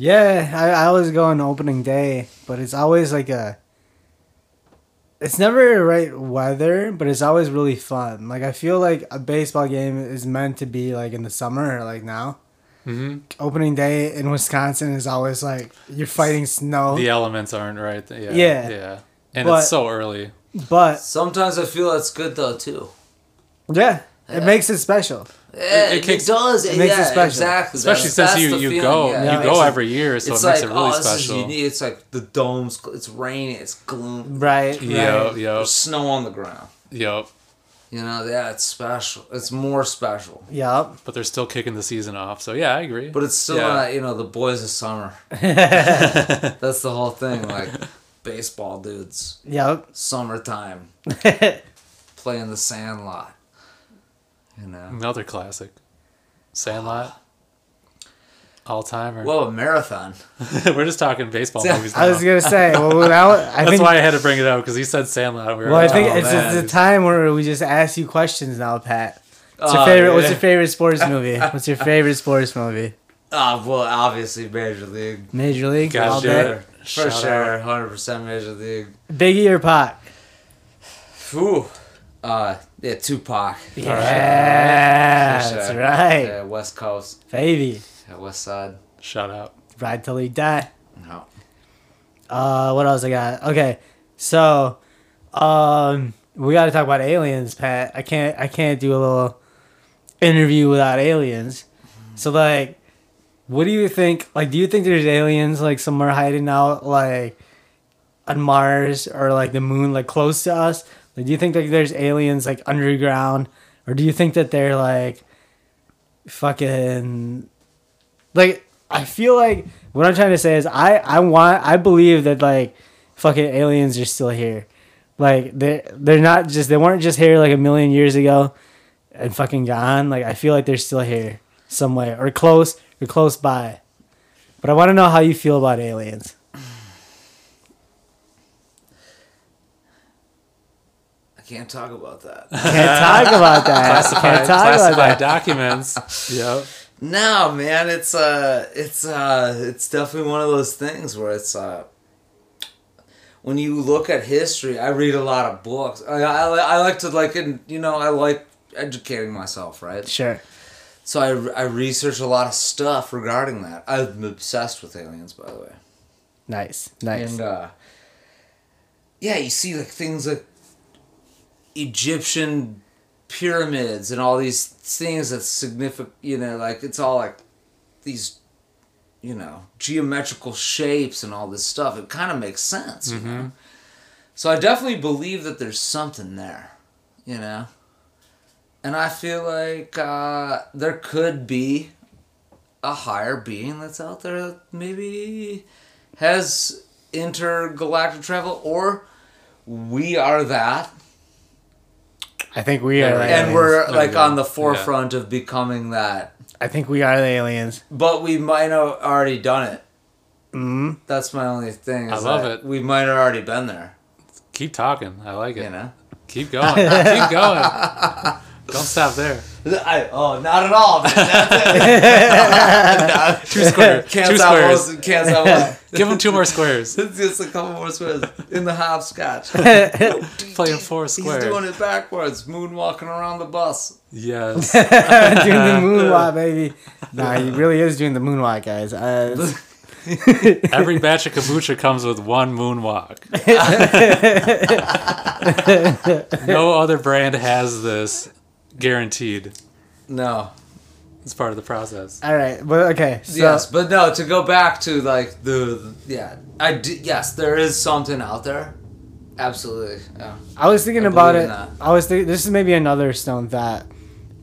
Yeah, I, I always go on opening day, but it's always like a. It's never right weather, but it's always really fun. Like I feel like a baseball game is meant to be like in the summer or like now.
Mm-hmm.
Opening day in Wisconsin is always like you're fighting snow,
The elements aren't right. th- Yeah,
Yeah.
yeah. And
But-
it's so early.
but
Sometimes I feel that's good though too.
yeah, it makes it special.
Yeah,
it
it,
kicks-
does.
it makes it
yeah,
special.
exactly.
Especially
That's-
since
that's
you,
the
you
feeling,
go
yeah.
Yeah.
you go
It's-
every year, so
it's
it makes
like,
it really
oh, this is
special.
unique. It's like the domes. cl- It's raining. It's gloom.
Right.
Yeah.
right.
Yep.
There's snow on the ground.
Yep.
You know, yeah, it's special. It's more special,
Yep.
But they're still kicking the season off. So yeah, I agree.
but it's still
Yeah.
not. You know, the boys of
[laughs]
summer. [laughs] That's the whole thing. Like baseball dudes,
[laughs]
Yep.
summertime playing the sandlot. You know,
another classic.
[sighs]
Sandlot. All timer.
well, a marathon.
[laughs] we're just talking baseball
Yeah,
movies now.
I was gonna say. Well, that, I
Uh-huh. That's
think.
why I had to bring it up because he said Sandlot. and We were
well, I
like,
think
"Oh,
it's
man."
just the time where we just ask you questions now, Pat. What's your
Uh,
favorite? What's
yeah.
your favorite
[laughs]
sports movie? What's your favorite sports movie?
Ah, well, obviously Major League.
Major League.
Gotta
all
do
day.
it.
For
Shout
sure, hundred percent Major League.
Biggie or Pac?
Whew. Uh, yeah, Tupac.
[laughs] Yeah,
For
that's
sure.
right,
Yeah, West Coast,
baby.
yeah, West Side.
Shout out.
Ride till he die.
No.
Uh, what else I got? Okay, so, um, we got to talk about aliens, Pat. I can't, I can't do a little interview without aliens. So like, what do you think? Like, do you think there's aliens like somewhere hiding out like on Mars or like the moon, like close to us? Like, do you think like there's aliens like underground, or do you think that they're like fucking like I feel like what I'm trying to say is I I want I believe that like fucking aliens are still here. Like they they're not just they weren't just here like a million years ago and fucking gone. Like I feel like they're still here somewhere or close or close by. But I want to know how you feel about aliens.
I can't talk about
[laughs]
that.
Can't talk about that.
Classified,
[laughs] Can't talk about
classified
that.
documents. yep.
No, man, it's uh it's uh it's definitely one of those things where it's uh when you look at history, I read a lot of books. I I, li- I like to like and you know, I like educating myself, right?
Sure.
So I I research a lot of stuff regarding that. I'm obsessed with aliens, by the way.
Nice. Nice.
And uh, yeah, you see like things like Egyptian pyramids and all these things that's significant. You know, like it's all like these, you know, geometrical shapes and all this stuff. It kind of makes sense. You know? So I definitely believe that there's something there. You know. And I feel like uh, there could be a higher being that's out there that maybe has intergalactic travel, or we are that,
I think we are. the
right.
and
aliens.
we're
There we
like
go.
on the forefront of becoming that.
I think we are the
[laughs]
aliens.
But we might have already done it.
Mm.
That's my only thing.
Mm-hmm. I
is
love
that
it.
We might have already been there.
Keep talking. I like it.
You know.
Keep going. Keep going. Don't stop there.
I, oh, not at
[laughs]
all. man. That's it.
Two square.
Can't
two
stop
squares.
most- Can't
[laughs]
stop most.
Give him two more
[laughs]
squares.
It's just a couple more squares in
[laughs]
the hopscotch.
Play him four
He's
squares.
doing it backwards, moonwalking around the bus.
Yes.
[laughs]
[laughs]
doing the moonwalk, baby. Nah, he really is doing the moonwalk, guys. Uh, it's-
Every batch of kombucha comes with one
[laughs]
moonwalk. no other brand has this guaranteed.
No.
It's part of the process.
all right, but okay. So,
yes, but no. To go back to like the yeah, I do, yes, there is something out there. Absolutely. Yeah.
I was thinking
I
about
believe
it.
in that.
I was thinking this is maybe another stone thought,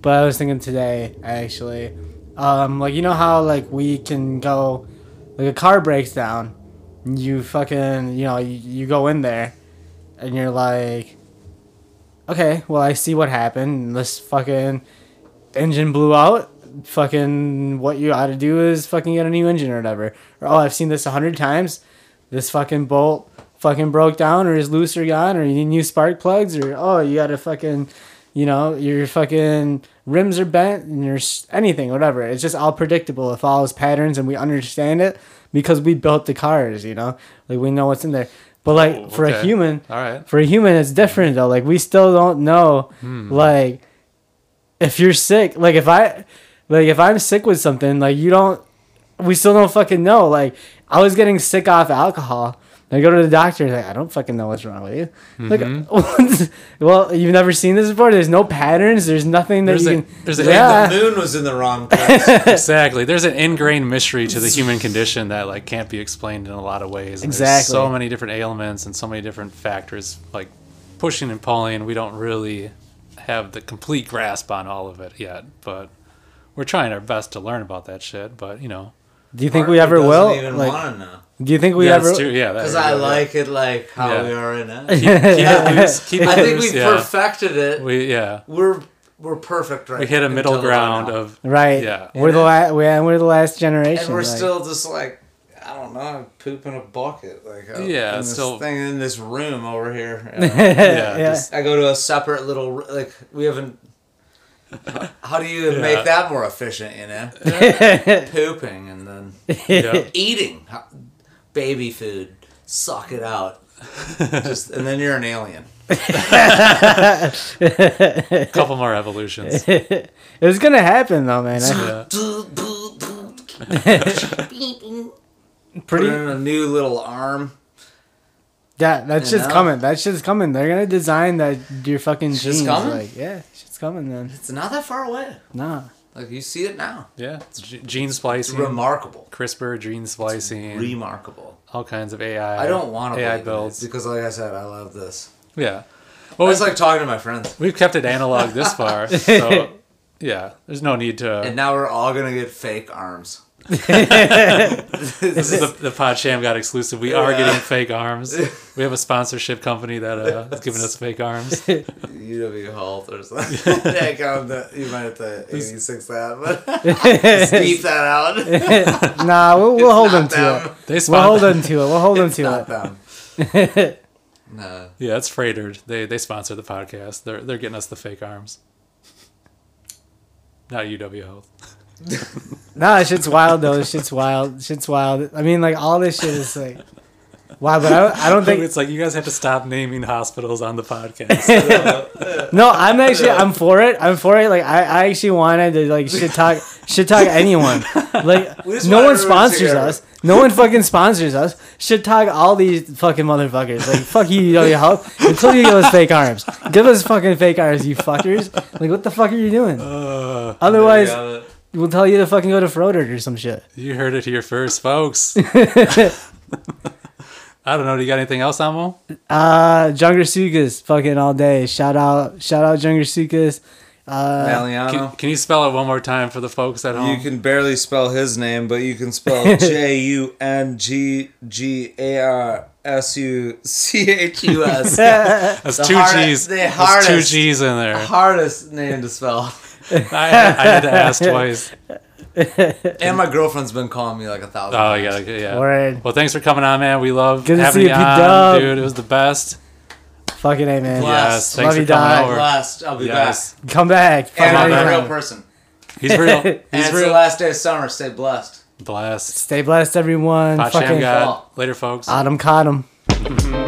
but I was thinking today actually, um, like you know how like we can go, like a car breaks down, you fucking you know you, you go in there, and you're like, okay, well I see what happened. This fucking engine blew out. Fucking what you ought to do is fucking get a new engine or whatever. Or oh, I've seen this a hundred times. This fucking bolt fucking broke down or is loose or gone or you need new spark plugs or oh you gotta fucking you know your fucking rims are bent and your s- anything whatever it's just all predictable it follows patterns and we understand it because we built the cars you know like we know what's in there but like
Oh,
for a
okay.
human
All right.
for a human it's different though like we still don't know
Hmm.
like if you're sick like if i like if i'm sick with something like you don't we still don't fucking know like i was getting sick off alcohol and i go to the doctor and like i don't fucking know what's wrong with you
Mm-hmm.
[laughs] like well you've never seen this before there's no patterns there's nothing that
There's
you
a-
can
there's a-
yeah.
The moon was in the
[laughs]
wrong place.
Exactly. There's an ingrained mystery to the human condition that like can't be explained in a lot of ways. And There's
Exactly.
so many different ailments and so many different factors like pushing and pulling. We don't really have the complete grasp on all of it yet, but we're trying our best to learn about that shit. But you know,
do you think we ever
Doesn't
will
Even
like
want to know
do you think we
yeah,
ever
that's true. Yeah, that-
because I
yeah.
like it like how
Yeah.
we are in
[laughs]
it.
[laughs]
keep, keep it loose. Keep it
I think
loose,
we've
yeah.
perfected it. We,
We yeah.
are we're perfect right.
We hit a middle
until
ground
now.
of
right
Yeah.
we're the last we're, we're the last generation
and we're
like-
still just like I don't know, I'm pooping a bucket like uh,
Yeah,
in this
still-
thing in this room over here.
[laughs]
you know.
yeah,
Yeah.
just-
I go to a separate little r- like we haven't. How do you
Yeah.
make that more efficient? You know, pooping and then
yeah.
eating How- baby food, suck it out, just and then you're an alien.
a couple more
[laughs]
evolutions.
it's gonna happen though man I-
Yeah.
Put
pretty
in a new little arm.
Yeah, that
You
shit's
know?
coming. That shit's coming. They're gonna design that your fucking
Shit's
jeans.
coming?
Like, yeah, shit's coming then.
It's not that far away.
Nah.
Like you see it now.
Yeah, it's g- gene
It's
splicing,
remarkable.
CRISPR gene splicing,
Remarkable.
all kinds of AI.
I don't want to
AI
AI builds
builds.
because, like I said, I love this.
Yeah,
I
well,
was
we've,
like talking to my friends. [laughs]
we've kept it analog this far, so Yeah, there's no need to.
And now we're all gonna get fake arms.
this is the, the Pod Sham got exclusive. We are getting fake arms. We have a sponsorship company that uh, is giving us fake arms.
UW Halt E or something. [laughs] yeah, come to, you might have to 86 that, [laughs] but beat that out. It's
Nah, we'll,
[laughs]
we'll hold
not
them to it.
They
We'll hold
sponsor.
them to it. We'll hold them
It's not
to
them. [laughs]
it.
No.
yeah, it's Freighted. They they sponsor the podcast. They're they're getting us the fake arms. Not UW Health.
nah, shit's wild though. Shit's wild. Shit's wild. I mean, like all this shit is like, wow. But I, don't- I don't think.
It's like you guys have to stop naming hospitals on the
[laughs]
podcast.
No,
[laughs]
I'm actually I'm for it. I'm for it. Like I, I actually wanted to like shit talk shit
[laughs]
talk anyone. Like
We just
no
want
one
everyone to
sponsors
hear.
us. No one fucking sponsors us. Shit talk all these fucking motherfuckers. Like fuck you, you know your help until you give us fake arms. Give us fucking fake arms, you fuckers. Like what the fuck are you doing?
Uh,
Otherwise,
Yeah,
we'll tell you to fucking go to Frodert or some shit.
you heard it here first,
[laughs]
folks. [laughs] I don't know. Do you got anything else, Amo?
Uh Jungersukas fucking all day. Shout out shout out Jungersukas. Uh [laughs]
Can,
Maliano.
can you spell it one more time for the folks at home?
You can barely spell his name, but you can [laughs] spell J U N G G A R S U C H U S.
That's
The
two
hard-
G's.
the
That's two
hardest.
G's in there.
[laughs] Hardest name to spell.
I, I had to ask twice.
And my girlfriend's been calling me like a thousand.
Oh
times.
yeah, okay, yeah.
Word.
Well, thanks for coming on, man. We love
Good to
having
see
you
you, Pete
on,
Dub.
dude. It was the best.
fucking A man.
Yes,
Blast.
thanks
Love
for
you,
coming
dog.
over.
Blast. I'll be
Yes,
Come back.
back.
Fucking
And
on
I'm
back.
a
A-man.
real person.
he's
[laughs]
real.
And
He's
it's the
real.
last day of summer. Stay blessed.
Blast.
Stay blessed, everyone.
Hot
Fucking
Sham God.
fall.
Later, folks.
Autumn Cottom.